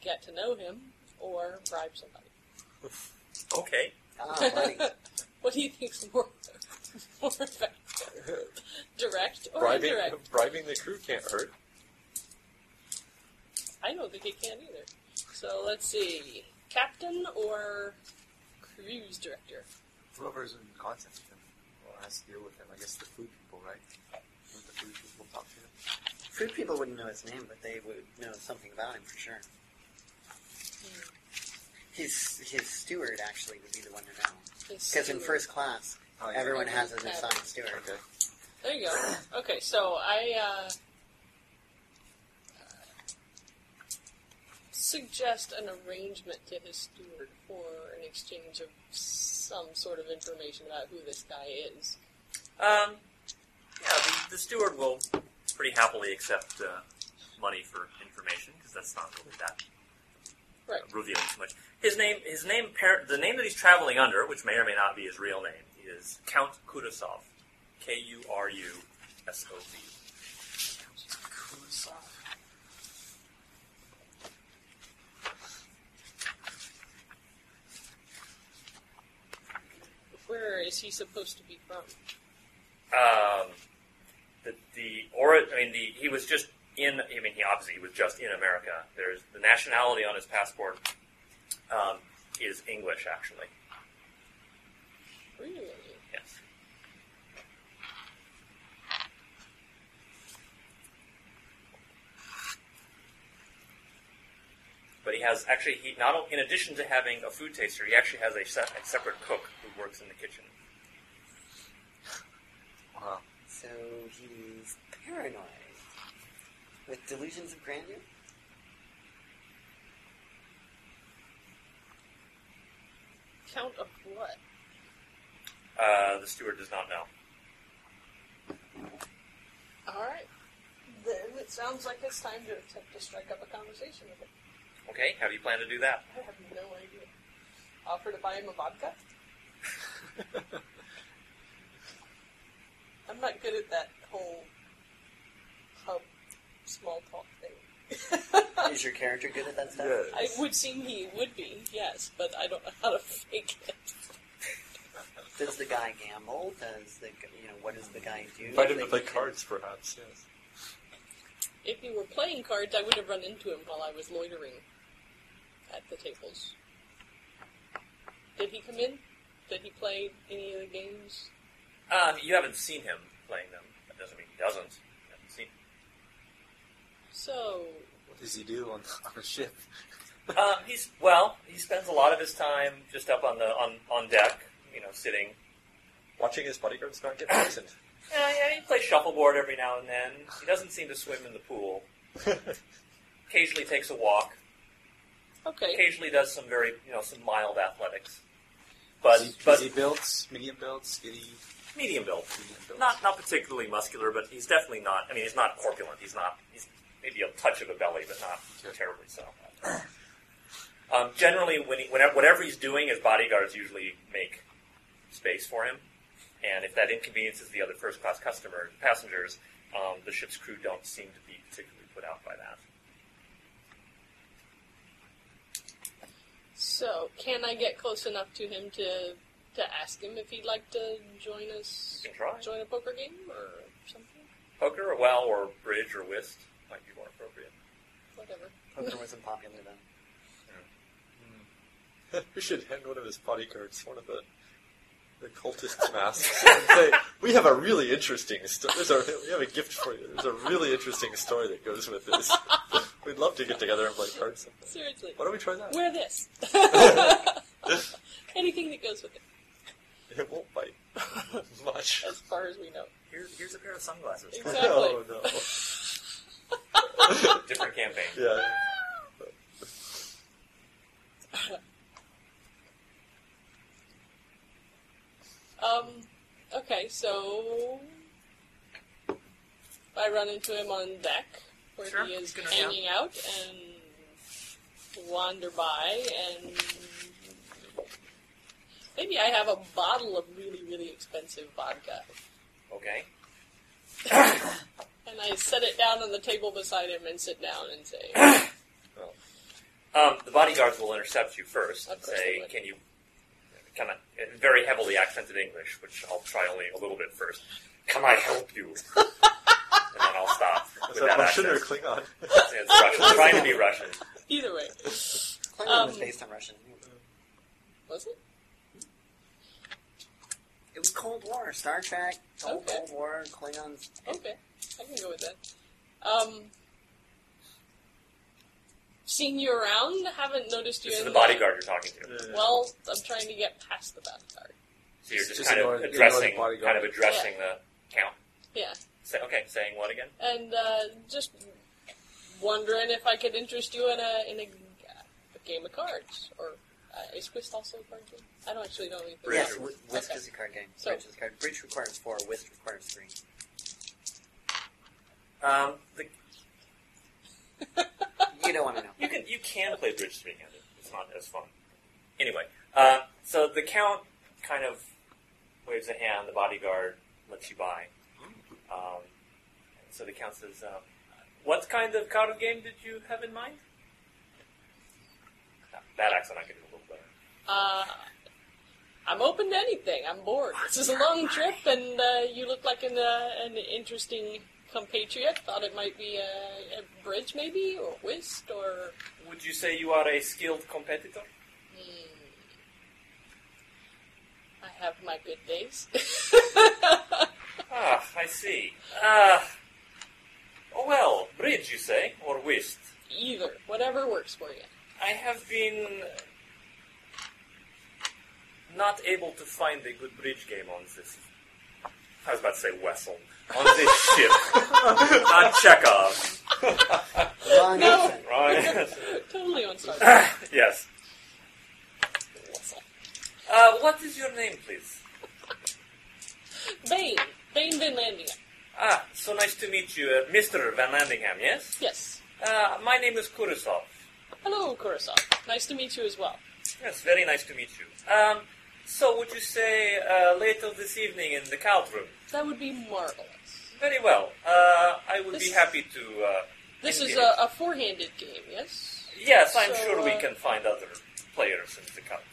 get to know him or bribe somebody.
Okay.
Ah, buddy.
What do you think's more more effective, direct or
bribing
indirect?
bribing the crew can't hurt.
I don't think it can either. So let's see. captain or cruise director?
Whoever's in contact with him or has to deal with him. I guess the food people, right? Would the food people talk to him?
Food people wouldn't know his name, but they would know something about him for sure. His his steward actually would be the one to know because in first class
Oh, yeah.
everyone has an assigned steward.
Okay.
There you go. Okay, so I uh, suggest an arrangement to his steward for an exchange of some sort of information about who this guy is.
Um, yeah, the, the steward will pretty happily accept uh, money for information because that's not really that
Right.
revealing too much. His name, his name, par- the name that he's traveling under, which may or may not be his real name, is Count Kudasov, K U R U S O V.
Where is he supposed to be from?
Um, the the or I mean the he was just in. I mean he obviously he was just in America. There's the nationality on his passport um, is English actually.
Really?
Yes. But he has actually he not o- in addition to having a food taster, he actually has a, se- a separate cook who works in the kitchen.
Wow.
So he's paranoid with delusions of grandeur.
Count of what?
Uh, the steward does not know.
All right. Then it sounds like it's time to attempt to strike up a conversation with him.
Okay, how do you plan to do that?
I have no idea. Offer to buy him a vodka? I'm not good at that whole hub small talk thing.
Is your character good at that stuff?
Yeah.
I would seem he would be, yes, but I don't know how to fake it.
Does the guy gamble? Does the g- you know what does the guy do?
Invite him
They
to play
can-
cards, perhaps. Yes.
If he were playing cards, I would have run into him while I was loitering at the tables. Did he come in? Did he play any of the games?
Um, you haven't seen him playing them. That doesn't mean he doesn't. You haven't seen.
So,
What does he do on, on a ship?
Uh, he's well. He spends a lot of his time just up on the on, on deck, you know, sitting.
Watching his bodyguards not get poisoned.
Yeah, yeah. He plays shuffleboard every now and then. He doesn't seem to swim in the pool. Occasionally takes a walk.
okay.
Occasionally does some very you know some mild athletics. But
is he,
but
is he built, medium built, skinny,
medium build.
medium built?
Not not particularly muscular, but he's definitely not. I mean, he's not corpulent. He's not. He's maybe a touch of a belly, but not
Okay.
terribly so. Um, generally, when he, whenever, whatever he's doing, his bodyguards usually make space for him, and if that inconveniences the other first class customers, passengers, um, the ship's crew don't seem to be particularly put out by that.
So, can I get close enough to him to to ask him if he'd like to join us?
You can try.
Join a poker game or something?
Poker, or well, or bridge, or whist might be more appropriate.
Whatever.
Poker wasn't popular then.
we should hand one of his bodyguards one of the the cultist masks and say, "We have a really interesting story. There's a we have a gift for you. There's a really interesting story that goes with this. We'd love to get together and play cards. sometime.
Seriously.
Why don't we try that?
Wear this. Anything that goes with it,
It won't bite much.
as far as we know.
Here, here's a pair of sunglasses.
Exactly.
No, no.
Different campaign.
Yeah.
Um, okay, so I run into him on deck where
Sure,
he is
he's gonna
hanging out and wander by and maybe I have a bottle of really, really expensive vodka.
Okay.
And I set it down on the table beside him and sit down and say,
Um, the bodyguards will intercept you first and
Of course they
say,
would.
"Can you?" Kind of in very heavily accented English, which I'll try only a little bit first. Can I help you? and then I'll stop with
Is that
that
Russian or
accent.
Klingon?
It's Russian. trying to be Russian.
either way.
Clinton was
Um,
based on Russian.
Was it?
It was Cold War, Star Trek, Cold,
Okay.
Cold War, Klingons.
Okay, I can go with that. Um, seen you around, haven't noticed you.
This is
in
the bodyguard you're talking to.
Well, I'm trying to get past the bodyguard.
So you're just,
Just
kind
ignore-
of
ignore the
addressing,
bodyguard.
kind of addressing the count.
Yeah,
Say, okay, saying what again?
and uh, just wondering if I could interest you in a in a, a game of cards, or uh, is Quist also a card game? I don't actually know anything.
Yes,
Bridge.
Wi- Whisk
Okay.
is a card game.
So-
Bridge is a card. Bridge requires four. Whisk requires three.
Um, the,
You don't want to know.
you can you can play bridge three-handed. It's not as fun. Anyway, uh, so the count kind of waves a hand. The bodyguard lets you by. Um, and so the count says, um, "What kind of card game did you have in mind?" That- That accent I could do a little better.
Uh, I'm open to anything. I'm bored. This is a long trip, and uh, you look like an uh, an interesting compatriot. Thought it might be a, a bridge, maybe, or whist, or
Would you say you are a skilled competitor?
I have my good days.
Ah, I see. Ah. oh well, bridge, you say, or whist.
Either, whatever works for you.
I have been not able to find a good bridge game on this. I was about to say Wessel. On this ship. Uh, Not Chekhov.
Long
No.
accent.
Right?
Totally on Star Trek.
yes. Uh, what is your name, please?
Bane, Bane Vinlandia.
Ah, so nice to meet you, uh, Mr. Van Landingham, yes?
Yes.
Uh, my name is Kurasov.
Hello, Coruscant. Nice to meet you as well.
Yes, very nice to meet you. Um, so would you say uh, later this evening in the count room?
That would be marvelous.
Very well. Uh, I would be
This-
happy to. Uh,
This is
engage.
a, a four-handed game, yes?
Yes, I'm
so,
sure we
uh,
can find other players in the country.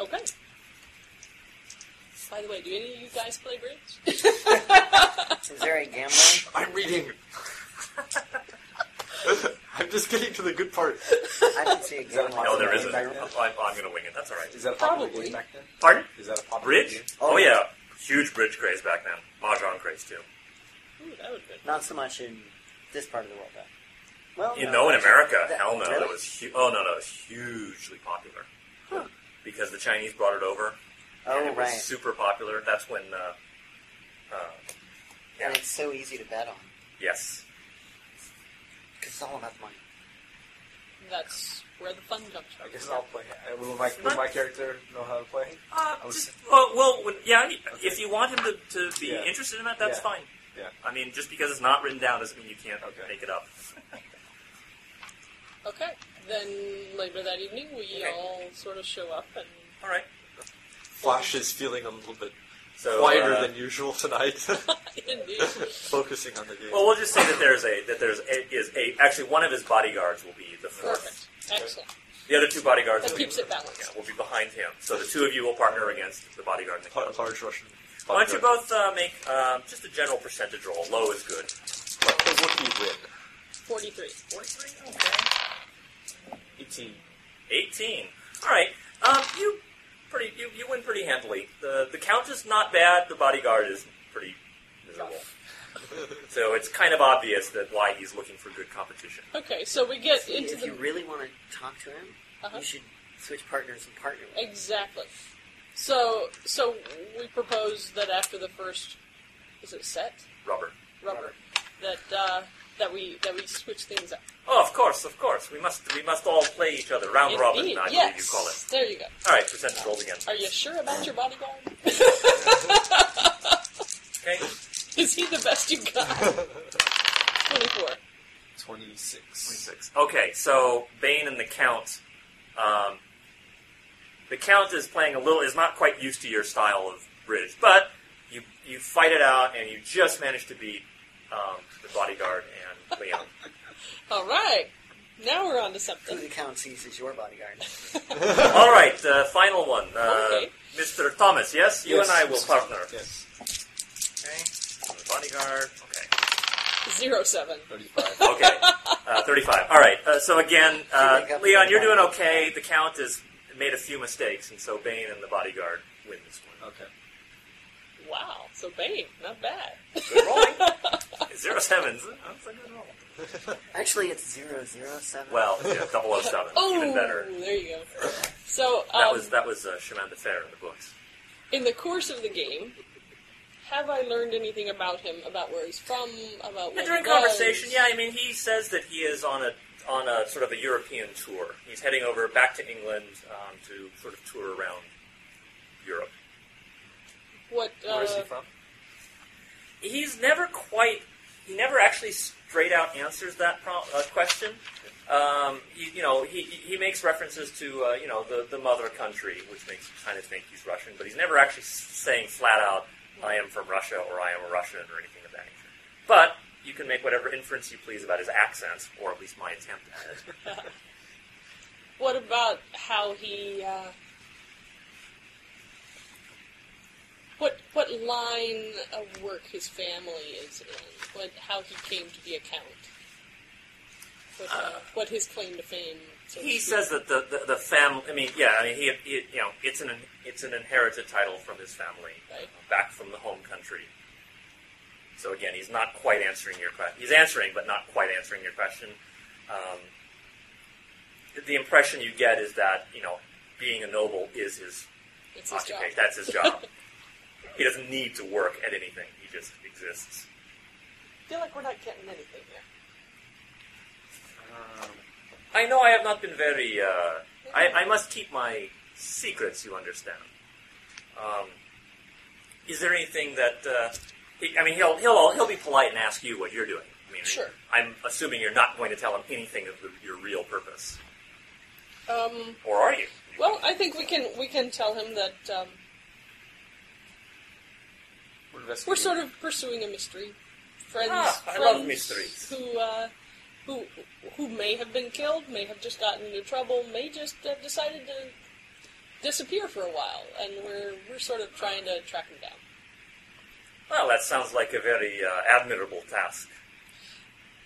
Okay. By the way, do any of you guys play bridge?
Is there a gambling?
I'm reading. I'm just getting to the good part.
I can see a gambling.
Oh,
No, there
game
isn't.
back there.
I'm, I'm going to wing it. That's all right.
Is that a
Probably.
popular game back then?
Pardon?
Is that a popular
Bridge?
game?
Oh, yeah. Huge bridge craze back then. Mahjong craze, too.
Ooh, that would be.
Not so much in this part of the world, though. Well,
You
no,
know, in
actually,
America,
that-
hell no.
really?
That was hu- oh, no, no. It was hugely popular. Because the Chinese brought it over. and
Oh,
it was
right.
super popular. That's when. Uh, uh,
And it's so easy to bet on.
yes.
Because it's all about money.
That's where the fun comes from.
I guess I'll play. Uh, Will my, will my character know how to play?
Uh,
I was-
just, well, well, when, yeah. If you want him to, to be
Yeah.
interested in that, that's
Yeah.
fine.
Yeah.
I mean, just because it's not written down doesn't mean you can't
Okay.
make it up.
Okay, then later that evening we
Okay.
all sort of show up and.
All right.
Flash is feeling a little bit
So,
quieter
uh,
than usual tonight,
Indeed.
focusing on the game.
Well, we'll just say that there's a that there's a, is a actually one of his bodyguards will be the fourth.
Perfect. Excellent.
The other two bodyguards
That
will be-
keeps it balanced.
Yeah, will be behind him. So the two of you will partner against the bodyguard. And the
Pa-
clerk.
large Russian.
Why don't you both uh, make um, just a general percentage roll? Low is good.
What what do you win?
43.
Forty-three. Okay.
18.
18. All right. Um, you pretty you, you win pretty handily. The the count is not bad. The bodyguard is pretty miserable. so it's kind of obvious that why he's looking for good competition.
Okay, so we get
See,
into
if you
the.
really want to talk to him,
Uh-huh.
you should switch partners and partner with him.
Exactly. So, so we propose that after the first, is it set
Robert.
rubber, that uh, that we that we switch things up.
Oh, of course, of course. We must we must all play each other. Round robin,
Indeed.
I
yes.
believe you call it.
There you go.
All right, percentage rolls again.
Are you sure about your bodyguard?
Okay.
is he the best you got? 24.
26.
26. Okay, so Bane and the Count. Um, the Count is playing a little, is not quite used to your style of bridge, but you you fight it out and you just manage to beat um, the bodyguard and Leon.
All right. Now we're on to
Who
something.
the count sees is your bodyguard.
All right, uh, final one. Uh,
Okay.
Mr. Thomas, yes? You
Yes,
and I will
Mr.
partner.
Yes.
Okay. Bodyguard. Okay.
Zero seven.
35.
Okay, uh, 35. All right. Uh, so again, uh,
She wake up
Leon,
in
you're
the
doing
morning.
okay. The count is made a few mistakes, and so Bane and the bodyguard win this one.
Okay.
Uh, Wow. So Bane, not bad.
Good rolling. Zero sevens. That's a good roll.
Actually, it's zero zero seven.
Well, yeah, 007.
oh,
Even better.
there you go. So um,
That was that was uh, Chemin de Fer in the books.
in the course of the game, have I learned anything about him? About where he's from? About what
During
he does?
conversation, yeah, I mean, he says that he is on a on a sort of a European tour. He's heading over back to England um, to sort of tour around Europe.
What? Uh,
Where is he from?
he's never quite he never actually straight out answers that pro- uh, question um, he, you know he, he makes references to uh, you know the, the mother country which makes you kind of think he's russian but he's never actually s- saying flat out i am from russia or i am a russian or anything of that nature but you can make whatever inference you please about his accents or at least my attempt at it
What about how he? Uh, what what line of work his family is in? What how he came to be a count? What, uh, what his claim to fame? so to
He
speak.
says that the, the, the family. I mean, yeah. I mean, he, he you know, it's an it's an inherited title from his family,
Right.
back from the home country. So again, he's not quite answering your question. He's answering, but not quite answering your question. Um, the- the impression you get is that you know, being a noble is his
it's his job.
occupation. That's his job. he doesn't need to work at anything. He just exists.
I feel like we're not getting anything there.
I know I have not been very. Uh, I, I must keep my secrets, you understand. Um, is there anything that? Uh, he, I mean, he'll he'll he'll be polite and ask you what you're doing. I mean,
Sure.
I'm assuming you're not going to tell him anything of the, your real purpose,
Um,
or are you?
well, I think we can we can tell him that um,
We're,
we're
investigating.
sort of pursuing a mystery. Friends,
Ah, I
friends
love mysteries.
who uh, who who may have been killed, may have just gotten into trouble, may just have decided to disappear for a while, and we're we're sort of trying to track them down.
Well, that sounds like a very uh, admirable task.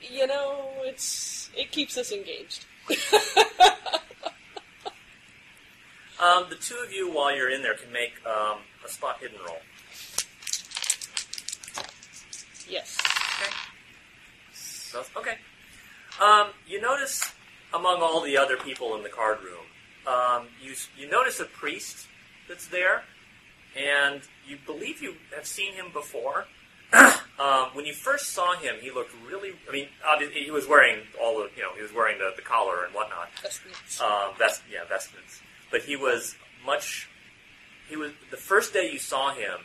You know, it's it keeps us engaged.
Um, the two of you, while you're in there, can make um, a spot hidden roll.
Yes.
So, okay. Um, you notice among all the other people in the card room, um, you you notice a priest that's there, and you believe you have seen him before. um, when you first saw him, he looked really. I mean, obviously he was wearing all the you know he was wearing the, the collar and whatnot.
That's nice.
Um, vest, yeah, vestments. But he was much. He was the first day you saw him.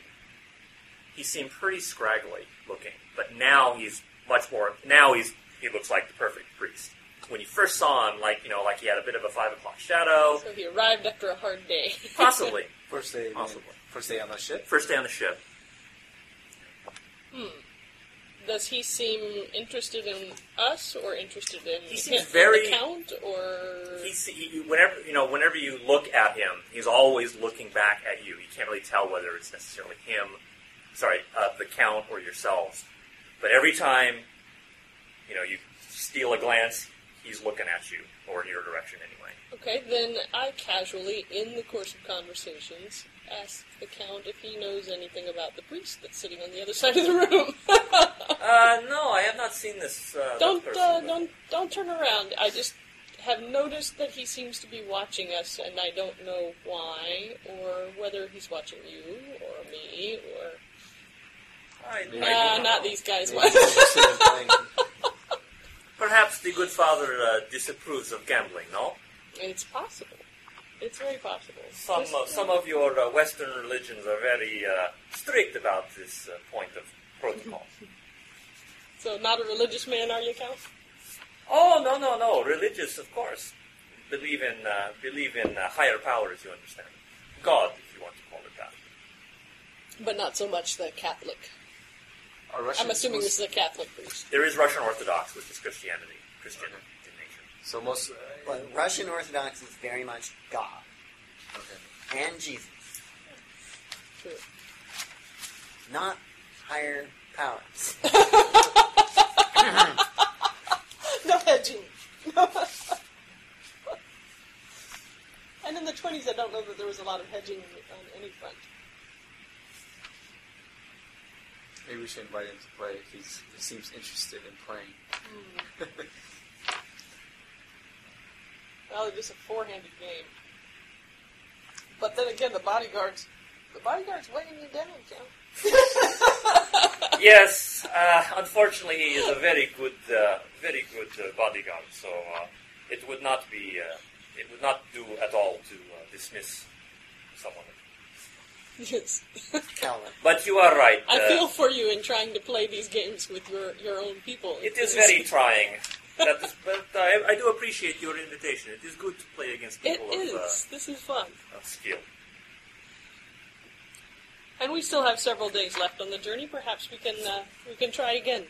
He seemed pretty scraggly looking, but now he's much more. Now he's he looks like the perfect priest. When you first saw him, like you know, like he had a bit of a five o'clock shadow,
so he arrived after a hard day.
possibly
First day,
Possibly.
first day on the ship.
first day on the ship.
Does he seem interested in us or interested in
He seems
him,
very-
the count or
He's, he, whenever you know, whenever you look at him, he's always looking back at you. You can't really tell whether it's necessarily him, sorry, uh, the count or yourselves. But every time, you know, you steal a glance, he's looking at you or in your direction anyway.
Okay, then I casually, in the course of conversations, ask the Count if he knows anything about the priest that's sitting on the other side of the room.
Uh, no, I have not seen this. Uh,
don't,
person,
uh,
but-
don't, don't turn around. I just have noticed that he seems to be watching us, and I don't know why, or whether he's watching you or me or
I- I do
nah,
not
Uh, not
know.
these guys.
Maybe they're interested in playing.
Perhaps the good father uh, disapproves of gambling. No,
it's possible. It's very possible.
some
Just-
of, some of your uh, Western religions are very uh, strict about this uh, point of protocol.
so not a religious man, are you, Count?
Oh no no no! Religious, of course. Believe in uh, believe in uh, higher powers. You understand, God, if you want to call it that.
But not so much the Catholic.
Are Russians
I'm assuming
most-
this is a Catholic priest.
There is Russian Orthodox, which is Christianity, Christian in nature.
So most. Uh,
But Russian Orthodox is very much God
okay.
and Jesus,
True.
not higher powers.
No hedging. And in the 20s, I don't know that there was a lot of hedging on any front.
Maybe we should invite him to play if he's, he seems interested in playing.
Well, it is a four-handed game. But then again, the bodyguards, the bodyguards weighing you down, Cal.
yes, uh, unfortunately, he is a very good, uh, very good uh, bodyguard. So uh, it would not be, uh, it would not do at all to uh, dismiss someone.
yes.
Calvin.
But you are right.
I
uh,
feel for you in trying to play these games with your, your own people.
it is very trying. That is, but uh, I, I do appreciate your invitation. It is good to play against
It
people of,
is. This is fun.
Uh, of skill.
And we still have several days left on the journey. Perhaps we can uh, we can try again.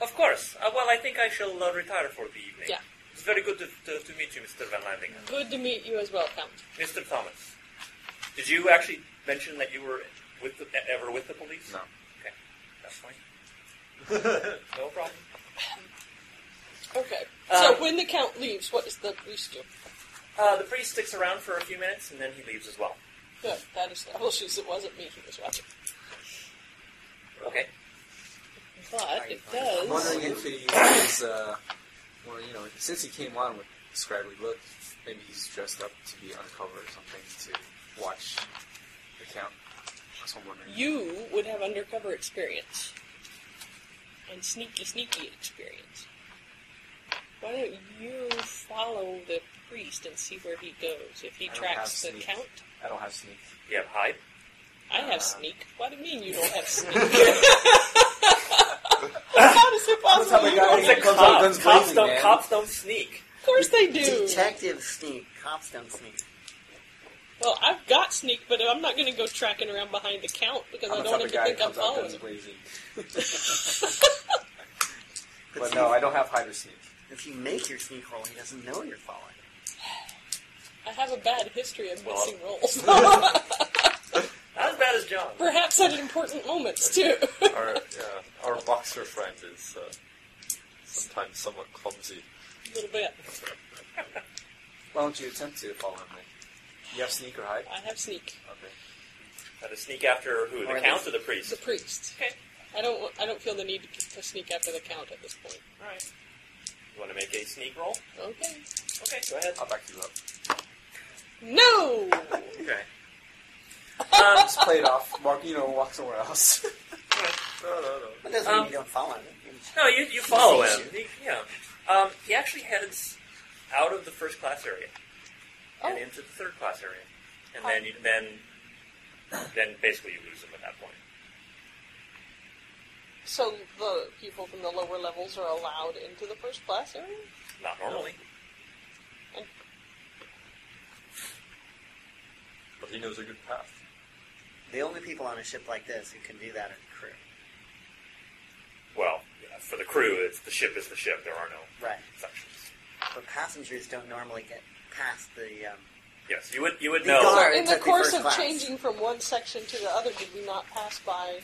Of course. Uh, well, I think I shall uh, retire for the evening.
Yeah.
It's very good to, to, to meet you, Mr. Van Landingen.
Good to meet you as well, Count.
Mr. Thomas, did you actually mention that you were with the, e, ever with the police?
No.
Okay, that's fine. no problem.
Okay.
Uh,
so when the Count leaves, what does the priest do?
Uh, the priest sticks around for a few minutes and then he leaves as well.
Good. That establishes it wasn't me he was watching.
Okay.
But it
I'm
does.
wondering if he is, uh, or you know, since he came on with the scraggly look, maybe he's dressed up to be undercover or something to watch the count. That's what I'm wondering.
You would have undercover experience and sneaky, sneaky experience. Why don't you follow the priest and see where he goes? If he
I don't
tracks the
have sneak.
Count,
I don't have sneak.
You have hide.
I
Uh,
have sneak. What do you mean you don't have sneak? How does it possibly?
guy
Of
who comes out
Cops-
guns
cops,
blazing,
don't,
man.
cops don't sneak.
course they do.
Detective sneak. Cops don't sneak.
Well, I've got sneak, but I'm not going to go tracking around behind the count because I
I'm
don't
the
want him
type of
to
guy who
think I'm
comes out
following
guns
him.
blazing.
But
But
see,
no, I don't have hide or sneak.
if you make your sneak roll, he doesn't know you're following.
I have a bad history of
Well.
missing rolls,
Not as bad as John.
perhaps at important moments too.
Our, uh, our boxer friend is uh, sometimes somewhat clumsy.
a little bit.
Why don't you attempt to follow him? Then? You have sneak or hide?
I have sneak.
Okay.
Try to sneak after who? The
Or
count or the priest?
The priest.
Okay.
I don't. I don't feel the need to sneak after the count at this point.
All right. You want to make a sneak roll?
Okay.
Okay, go ahead.
I'll back you up.
No.
Okay.
Just play it off. Mark, you know, walk somewhere else.
No, no, no.
That doesn't
Um,
mean you don't follow him.
No, you, you follow
sees
him. He, yeah. Um, he actually heads out of the first class area and
Oh.
into the third class area, and then you, then then basically you lose him at that point.
So the people from the lower levels are allowed into the first class area.
Not normally.
But he knows a good path.
The only people on a ship like this who can do that are the crew.
Well, yeah, for the crew, it's the ship is the ship. There are no
Right.
sections.
But passengers don't normally get past the. Um,
Yes, you would you would
The
know
guard- Sorry,
in the
took me
course
first
of
class.
changing from one section to the other, did we not pass by?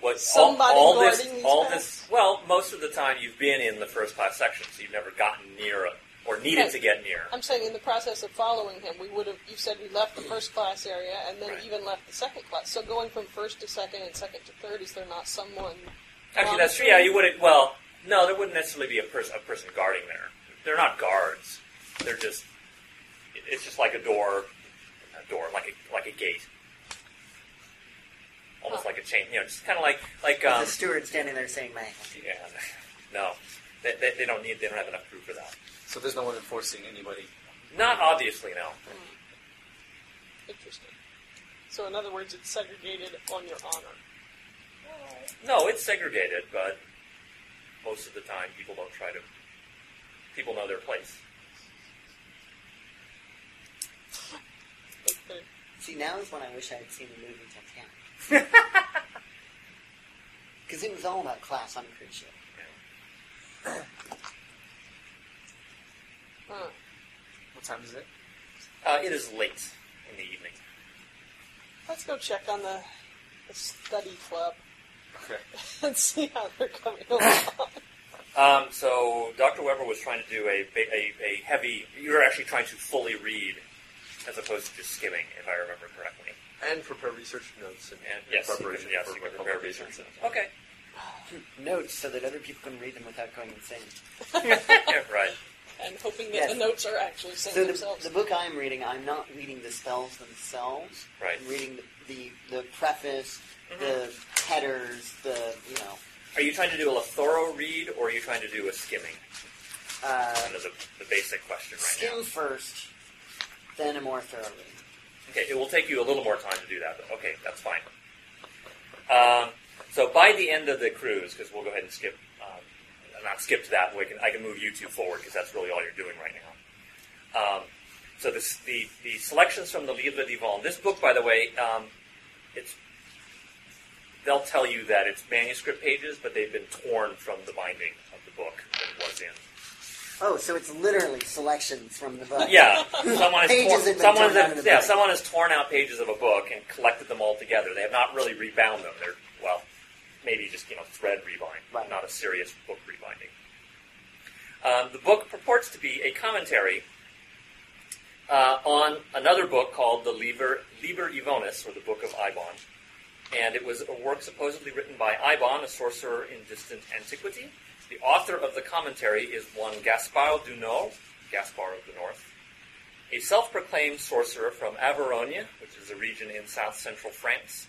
what all-
somebody
all, this
guarding these
all
paths?
this. Well, most of the time you've been in the first class section, so you've never gotten near a, or needed
Right.
to get near.
I'm saying in the process of following him, we would have. You said we left the first class area and then
Right.
even left the second class. So going from first to second and second to third, is there not someone?
Actually, that's true. Yeah, you wouldn't. Well, no, there wouldn't necessarily be a person a person guarding there. They're not guards. They're just. it- It's just like a door, a door like a like a gate, almost like a chain. You know, just kind of like like um.
the steward standing there saying, "Man,
Yeah, no, they, they, they don't need. They don't have enough crew for that.
So there's no one enforcing anybody.
Not obviously, no.
Interesting. So in other words, it's segregated on your honor.
No, it's segregated, but most of the time people don't try to. People know their place.
Okay.
See, now is when I wish I had seen the movie Titanic. Because it was all about class on a cruise ship.
Huh.
What time is it?
Uh, it is late in the evening.
Let's go check on the, the study club
Okay.
and see how they're coming along.
Um, so Dr. Weber was trying to do a, a, a heavy. You were actually trying to fully read, as opposed to just skimming, if I remember correctly.
And prepare research notes and,
And
and
yes, you
preparation
can, yes,
for
you can
my
prepare
publication.
research. Okay.
Hmm. Notes so that other people can read them without going insane.
yeah, right.
and hoping that
Yes.
the notes are actually saying
So the,
themselves.
the book I'm reading, I'm not reading the spells themselves.
Right.
I'm reading the the, the preface, the headers, the you know.
Are you trying to do a thorough read, or are you trying to do a skimming?
Uh,
Kind of the, the basic question right
skim
now.
first, then a more thorough read.
Okay, it will take you a little more time to do that, but okay, that's fine. Um, so by the end of the cruise, because we'll go ahead and skip, um, not skip to that, we can, I can move you two forward because that's really all you're doing right now. Um, so this, the, the selections from the Livre d'Yvon, this book, by the way, um, it's they'll tell you that it's manuscript pages, but they've been torn from the binding of the book that it was in.
Oh, so it's literally selections from the book.
Yeah, someone has
Pages
torn,
have been
someone
torn
has-
out of the
yeah,
book.
someone has torn out pages of a book and collected them all together. They have not really rebound them. They're well, maybe just you know thread rebind,
Right.
not a serious book rebinding. Um, the book purports to be a commentary uh, on another book called the Liber, Liber Ivonis, or the Book of Ibon, and it was a work supposedly written by Ibon, a sorcerer in distant antiquity. The author of the commentary is one Gaspar du Nord, Gaspar of the North, a self-proclaimed sorcerer from Aveyronia, which is a region in south central France.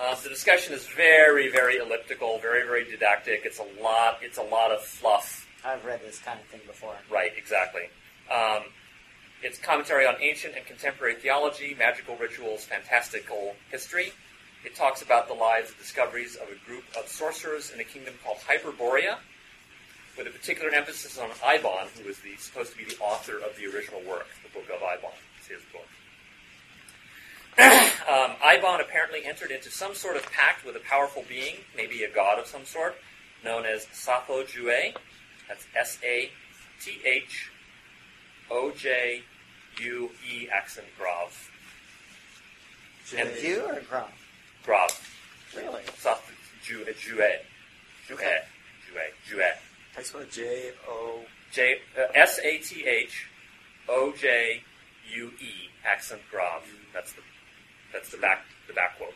Uh, the discussion is very, very elliptical, very, very didactic. It's a lot. It's a lot of fluff.
I've read this kind of thing before.
Right, exactly. Um, it's commentary on ancient and contemporary theology, magical rituals, fantastical history. It talks about the lives and discoveries of a group of sorcerers in a kingdom called Hyperborea, with a particular emphasis on Ibon, who was the, supposed to be the author of the original work, the Book of Ibon. It's his book. um, Ibon apparently entered into some sort of pact with a powerful being, maybe a god of some sort, known as Sappho Jue. That's S A T H O J U E accent Grav.
And you or Grom?
Grav.
Really?
Sappho Jue. Jue. Jue.
Okay.
Jue.
I spell it J O.
J uh, S A T H O J U E accent Grav. That's the that's the back the back quote.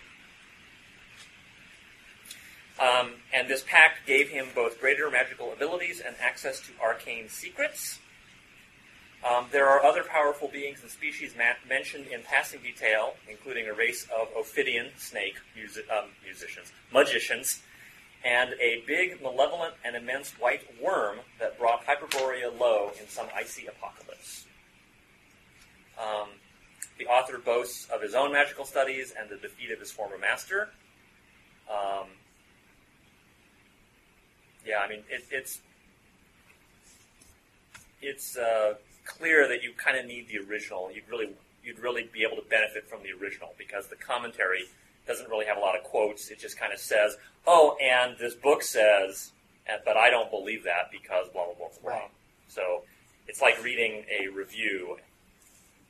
Um, and this pact gave him both greater magical abilities and access to arcane secrets. Um, there are other powerful beings and species ma- mentioned in passing detail, including a race of ophidian snake music, um, musicians, magicians, and a big, malevolent, and immense white worm that brought Hyperborea low in some icy apocalypse. Um, the author boasts of his own magical studies and the defeat of his former master. Um, yeah, I mean, it, it's it's uh, clear that you kind of need the original. You'd really you'd really be able to benefit from the original because the commentary doesn't really have a lot of quotes. It just kind of says, "Oh, and this book says," and, but I don't believe that because blah blah blah blah.
Right.
So it's like reading a review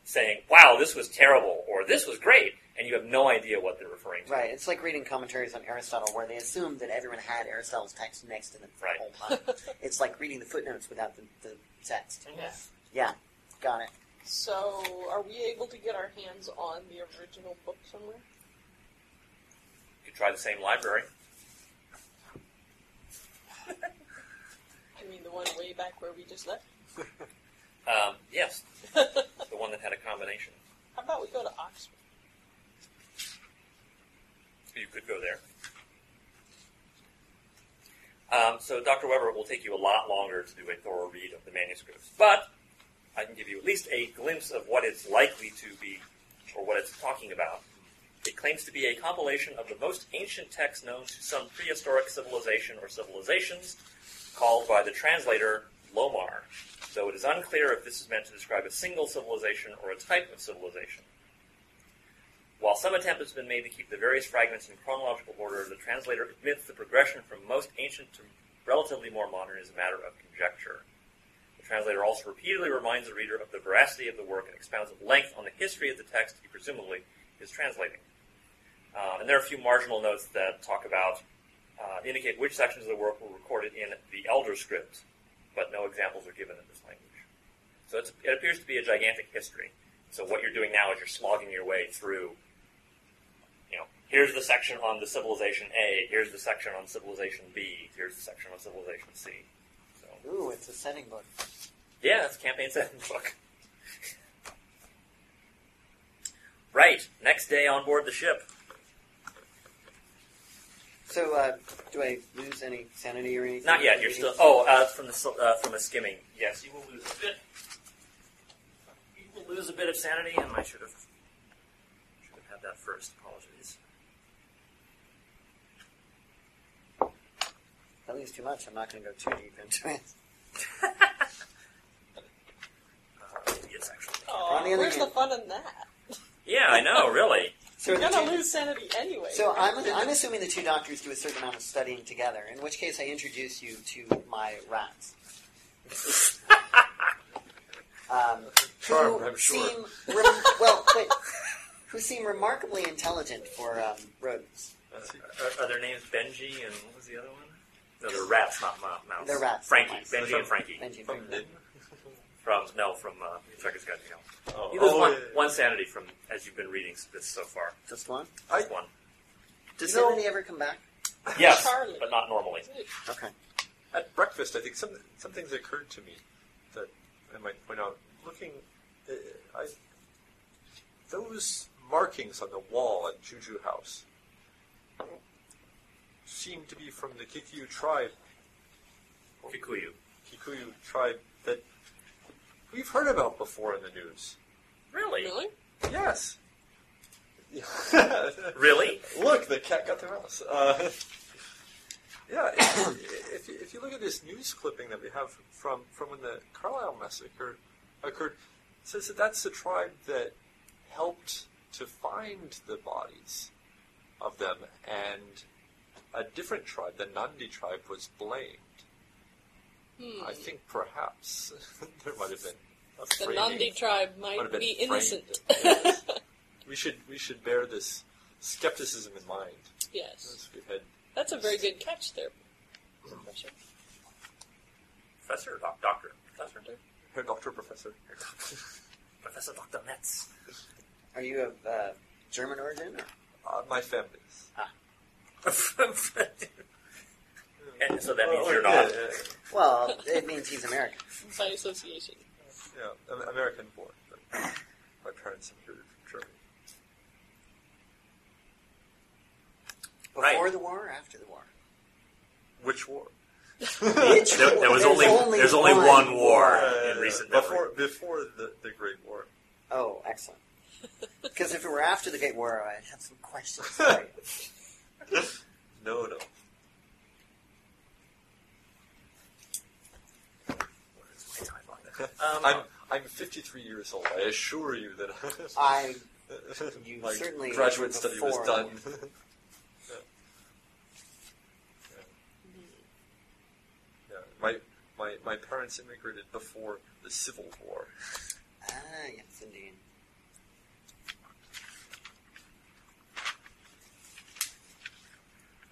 saying, "Wow, this was terrible," or "This was great," and you have no idea what they're referring to.
Right. It's like reading commentaries on Aristotle, where they assume that everyone had Aristotle's text next to them the
Right.
whole time. it's like reading the footnotes without the, the text.
Yeah.
Yeah, got it.
So, are we able to get our hands on the original book somewhere?
You could try the same library.
I mean, the one way back where we just left.
Um, yes,
How
the one that had a combination.
about we go to Oxford?
You could go there. Um, so, Dr. Weber, it will take you a lot longer to do a thorough read of the manuscripts, but I can give you at least a glimpse of what it's likely to be, or what it's talking about. It claims to be a compilation of the most ancient texts known to some prehistoric civilization or civilizations, called by the translator Lomar, though it is unclear if this is meant to describe a single civilization or a type of civilization. While some attempt has been made to keep the various fragments in chronological order, the translator admits the progression from most ancient to relatively more modern is a matter of conjecture. The translator also repeatedly reminds the reader of the veracity of the work and expounds at length on the history of the text he presumably is translating. Uh, and there are a few marginal notes that talk about uh, indicate which sections of the work were recorded in the Elder Script, but no examples are given in this language. So it's, it appears to be a gigantic history. So what you're doing now is you're slogging your way through. You know, here's the section on the civilization A. Here's the section on civilization B. Here's the section on civilization C. So
Ooh, it's a setting book.
yeah, that's campaign setting book. right. Next day on board the ship.
So, uh, do I lose any sanity or anything?
Not yet. You're still. Oh, uh, from the sil- uh, from the skimming. Yes, you will lose a bit. You will lose a bit of sanity, and I should have should have had that first. Apologies.
If I lose too much, I'm not going to go too deep into it.
Uh, yes, actually.
Oh,
On the other
where's the
hand-
fun in that?
Yeah, I know. Really.
So,
You're
the
gonna
two-
lose sanity anyway.
so I'm, I'm assuming the two doctors do a certain amount of studying together, in which case I introduce you to my rats. um,
Charmed,
who
I'm sure.
Seem rem- well, wait, who seem remarkably intelligent for um, rodents.
Are, are their names Benji and what was the other one? No, they're rats, not mo- mouse.
They're rats,
Frankie,
not mice.
Benji and Frankie.
Benji,
From
Franklin.
From no, from uh, Chucker's Got Mail.
Oh,
You lose
oh,
one-
yeah.
one sanity from as you've been reading this so far.
Just one?
I-
one.
Does
You know-
sanity ever come back?
Yes,
Charlie.
but not normally.
Okay.
At breakfast, I think some some things occurred to me that I might point out. Looking, uh, I those markings on the wall at Juju House seem to be from the Kikuyu tribe,
Kikuyu.
Kikuyu tribe that we've heard about before in the news.
Really?
Really?
Yes.
Really?
Look, the cat got the mouse. Uh, yeah, if, if, you- if you look at this news clipping that we have from, from when the Carlisle massacre occurred, it says that that's the tribe that helped to find the bodies of them, and a different tribe, the Nandi tribe, was blamed. I think perhaps there might have been a
Hmm. The
framing
Nandi tribe
Would've
might
been
be
framed.
innocent.
Yes. we should we should bear this skepticism in mind.
yes.
As we've had
That's a very good catch there. Professor.
Professor, doc, doctor, professor,
Herr Doctor Professor.
professor, doctor Metz.
Are you of uh, German origin? Or?
Uh, my families.
and so that means
Oh,
you're
yeah,
not.
Yeah,
Well, it means he's American.
By association.
yeah, yeah. Am- American born. But my parents immigrated from Germany.
Before
Right.
the war or after the war?
Which war?
Which
There, there was
war?
only, there's only one war
Uh,
in recent
before
memory.
before the, the Great War.
Oh, excellent. Because if it were after the Great War, I'd have some questions. for you.
No, no.
Um,
I'm I'm 53 years old. I assure you that
I you
my
certainly
graduate study was
before-
done. Yeah. Yeah. My, my, my parents immigrated before the Civil War.
ah yes, indeed.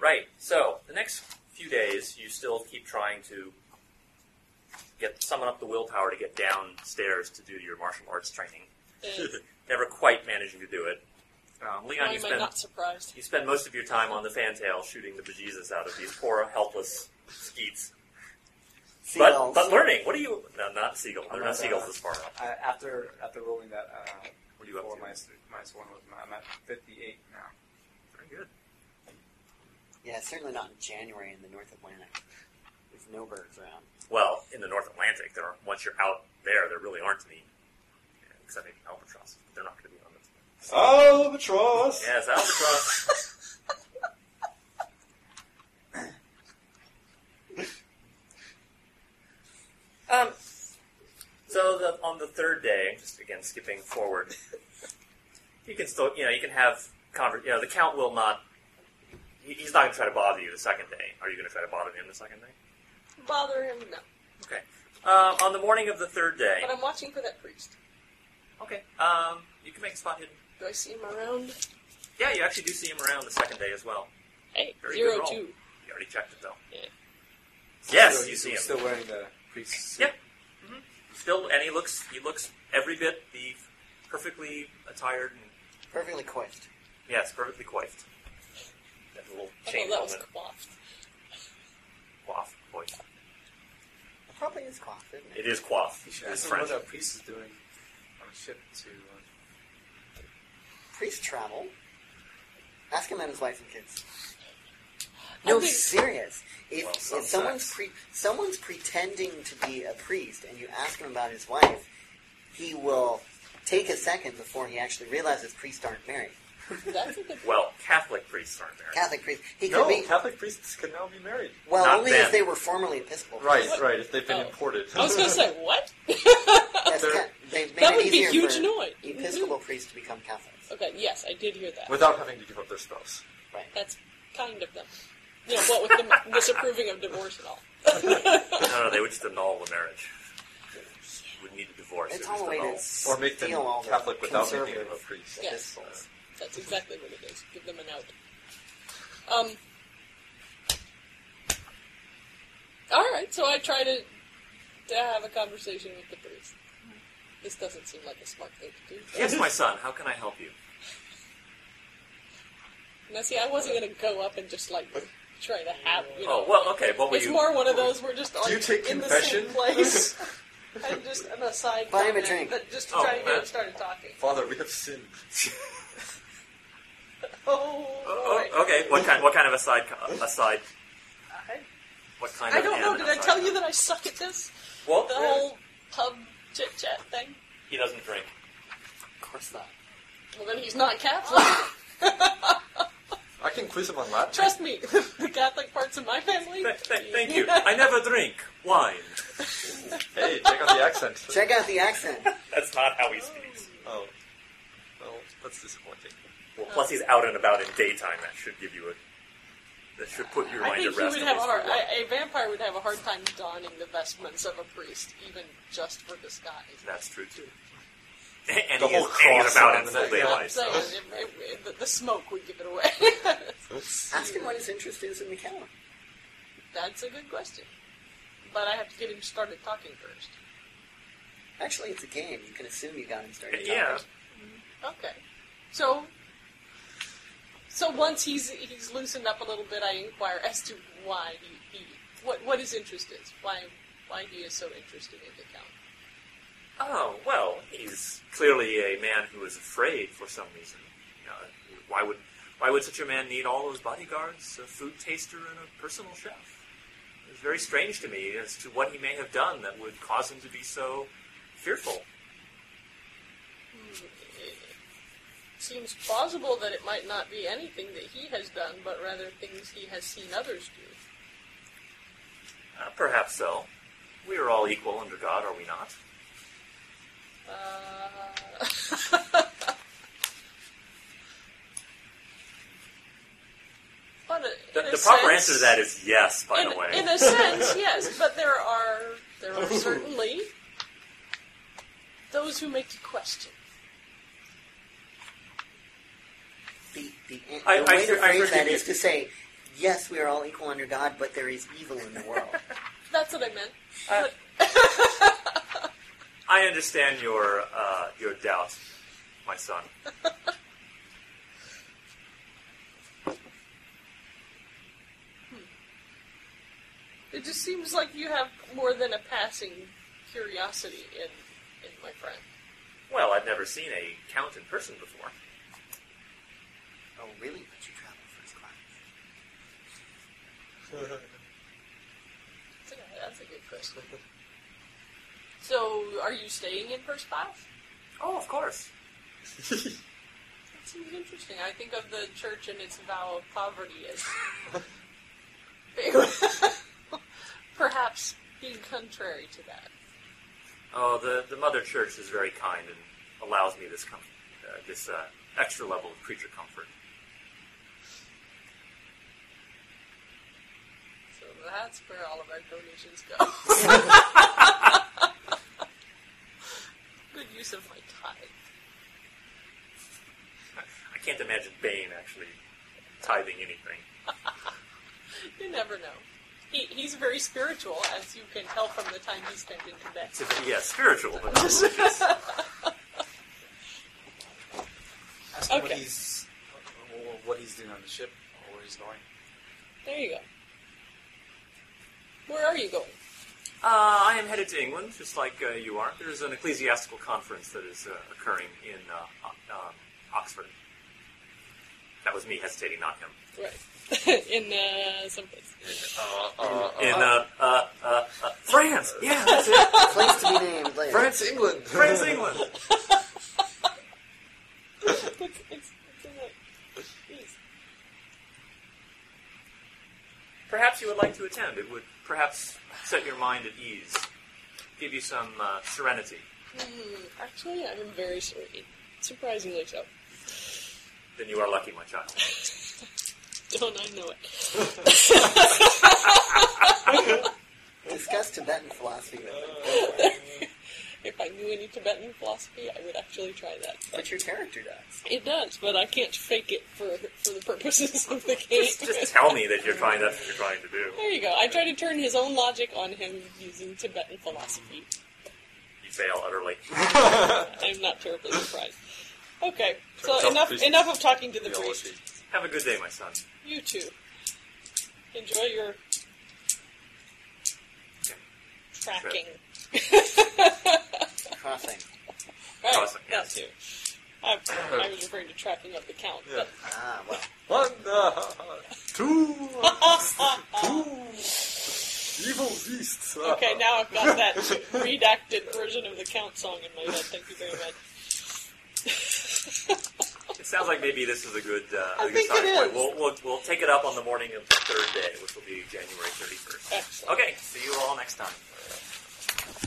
Right. So the next few days, you still keep trying to get summon up the willpower to get downstairs to do your martial arts training.
And
Never quite managing to do it. Um, Leon,
why
you
am I
spend
not surprised?
you spend most of your time on the fantail shooting the bejesus out of these poor helpless skeets. But
Seagulls.
but learning. What are you? No, not seagull. They're not
not,
seagulls
uh,
this far up.
I, after after rolling that, uh,
What are you up
four
to?
minus, minus one was I'm at 58 now.
Very good.
yeah, certainly not in January in the North Atlantic. There's no birds around.
Well, in the North Atlantic, there are, once you're out there, there really aren't any, except maybe albatrosses. But they're not going to be on this.
Albatross!
Yes, albatross. um, so the, on the third day, just again skipping forward, you can still, you know, you can have conver- You know, the count will not. he- He's not going to try to bother you the second day. Are you going to try to bother him the second day?
Bother him? No.
Okay. Uh, on the morning of the third day.
But uh, I'm watching for that priest.
Okay. Um, you can make a spot hidden.
Do I see him around?
Yeah, you actually do see him around the second day as well.
Hey,
Very good
zero
roll.
two.
Yeah, already checked it though.
Yeah.
Yes,
so
you
he's
see him.
still wearing the priest's suit.
Yeah. Still, and he looks he looks every bit the perfectly attired and
Perfectly coiffed.
yes, perfectly coiffed. That little
Oh,
chain
that was
helmet,
quaffed.
coif, coif.
It probably is coiffed, isn't it?
It is coif.
You should
It's
ask him what
French.
that priest is doing on a ship to. Uh,
Priest travel. Ask him about his wife and kids.
I
No,
think-
serious. If,
Well,
if someone's
sometimes.
pre- someone's pretending to be a priest, and you ask him about his wife, he will take a second before he actually realizes priests aren't married.
That's a good
Well, Catholic priests aren't married.
Catholic priests, he
No,
could be.
Catholic priests can now be married.
Well,
Not
only
then.
if they were formerly Episcopal.
Right,
priests.
What?
right. If they've been
Oh.
imported.
I was going to say, what?
That's
They're-
ca- they've made
That
it
would be
easier
huge
for
annoying.
Episcopal priests to become Catholics.
okay, yes, I did hear that.
Without having to give up their spouse.
Right.
That's kind of them. You know, what with them disapproving of divorce and all.
No, no, they would just annul the marriage. Would need a divorce.
It's
They would
all a way to
just
s-
Or make them
steal all the
Catholic without making them
conservative
a priest.
Yes.
Episcopals.
That's exactly what it is. Give them an out. Um. All right, so I try to to have a conversation with the priest. This doesn't seem like a smart thing to do.
annul. Yes, my son. How can I help you?
Now, see, I wasn't gonna go up and just like try to have. You know,
Oh well, okay. What were
it's
you?
more one of those we're just
Do you
like,
take
in
confession?
the same place. I'm just an aside.
Buy him a
comment,
drink.
But just to
Oh,
try to get him
that-
started talking.
Father, we have sinned.
Oh,
Oh,
boy.
oh, okay. What kind? What kind of aside? co- Aside.
I-
What kind
I
of?
don't know.
and
Did I
aside?
tell you that I suck at this?
Well,
The whole pub chit chat thing.
he doesn't drink.
Of course not.
Well, then he's not Catholic.
I can quiz him on Latin.
Trust me, the Catholic parts of my family.
Th- th- thank you. I never drink wine.
Hey, check out the accent.
Check out the accent.
That's not how he speaks.
Oh. Well, that's disappointing.
Well, plus he's out and about in daytime. That should give you a. That should put your
I
mind
think
at
he
rest.
would
at
have a
least
hard.
for a while.
I, a vampire would have a hard time donning the vestments of a priest, even just for disguise.
That's true too. And
The
he is,
whole
and
cross
he's about
on
in
the
full
neck.
daylight.
So
So.
it, it, it, the, the smoke would give it away.
uh,
Ask him what his interest is in the calendar.
That's a good question, but I have to get him started talking first.
Actually, it's a game. You can assume you got him started.
Yeah.
talking.
Okay. So so once he's he's loosened up a little bit, I inquire as to why he, he what what his interest is, why why he is so interested in the count.
Oh well, he's clearly a man who is afraid for some reason. You know, why would why would such a man need all those bodyguards, a food taster, and a personal chef? It's very strange to me as to what he may have done that would cause him to be so fearful.
Seems plausible that it might not be anything that he has done, but rather things he has seen others do.
Uh, perhaps so. We are all equal under God, are we not?
Uh, but uh, in
The,
a
the proper
sense-
answer to that is yes. By
in,
the way,
in a sense, yes, but there are there are certainly those who make you question.
The, the, the
I- I
way to
hear- I hear
phrase that
you.
is to say, yes, we are all equal under God, but there is evil in the world.
That's what I meant.
Uh, I understand your uh, your doubt, my son.
It just seems like you have more than a passing curiosity in in my friend.
Well, I've never seen a count in person before.
oh, really? But you travel first class.
That's a, that's a good question. So, are you staying in first class?
Oh, of course.
That seems interesting. I think of the church and its vow of poverty as being- perhaps being contrary to that.
Oh, the, the Mother Church is very kind and allows me this com- uh, this uh, extra level of creature comfort.
So that's where all of our donations go. Good use of my tithe.
I can't imagine Bane actually tithing anything.
You know, never know. He, he's very spiritual, as you can tell from the time he spent in Tibet.
yeah, spiritual, but
Ask him what
Okay.
he's wh- wh- what he's doing on the ship, or where he's going.
There you go. Where are you going?
Uh, I am headed to England, just like uh, you are. There's an ecclesiastical conference that is uh, occurring in uh, O- um, Oxford. That was me hesitating, not him.
Right. in uh, someplace.
in uh, uh, uh, uh, France, yeah, that's it.
Place to be named later.
France, England.
France, England.
It's, it's, it's in the east.
Perhaps you would like to attend. It would perhaps set your mind at ease, give you some uh, serenity.
Hmm, actually, I'm very serene. Surprisingly so.
Then you are lucky, my child.
Don't I know it?
Discuss Tibetan philosophy with them.
If I knew any Tibetan philosophy, I would actually try that.
But your character does.
It does, but I can't fake it for, for the purposes of the game.
Just, just tell me that you're trying. That's what you're trying to do.
there you go. I try to turn his own logic on him using Tibetan philosophy.
You fail utterly.
I'm not terribly surprised. Okay, so
Tough
enough
business.
enough of talking to the priest.
Theology.
Have a good day, my son.
You too. Enjoy your tracking.
Crossing.
Right,
Crossing,
that's
yes.
you. I, I was referring to tracking of the count.
Yeah.
Ah, well.
One, uh, two, two. Evil beasts.
But, okay, now I've got that redacted version of the count song in my head. Thank you very much.
It sounds like maybe this is a good, uh,
I
a good
think
starting
it
point.
is.
We'll, we'll, we'll take it up on the morning of the third day, which will be January 31st.
Excellent.
Okay, see you all next time.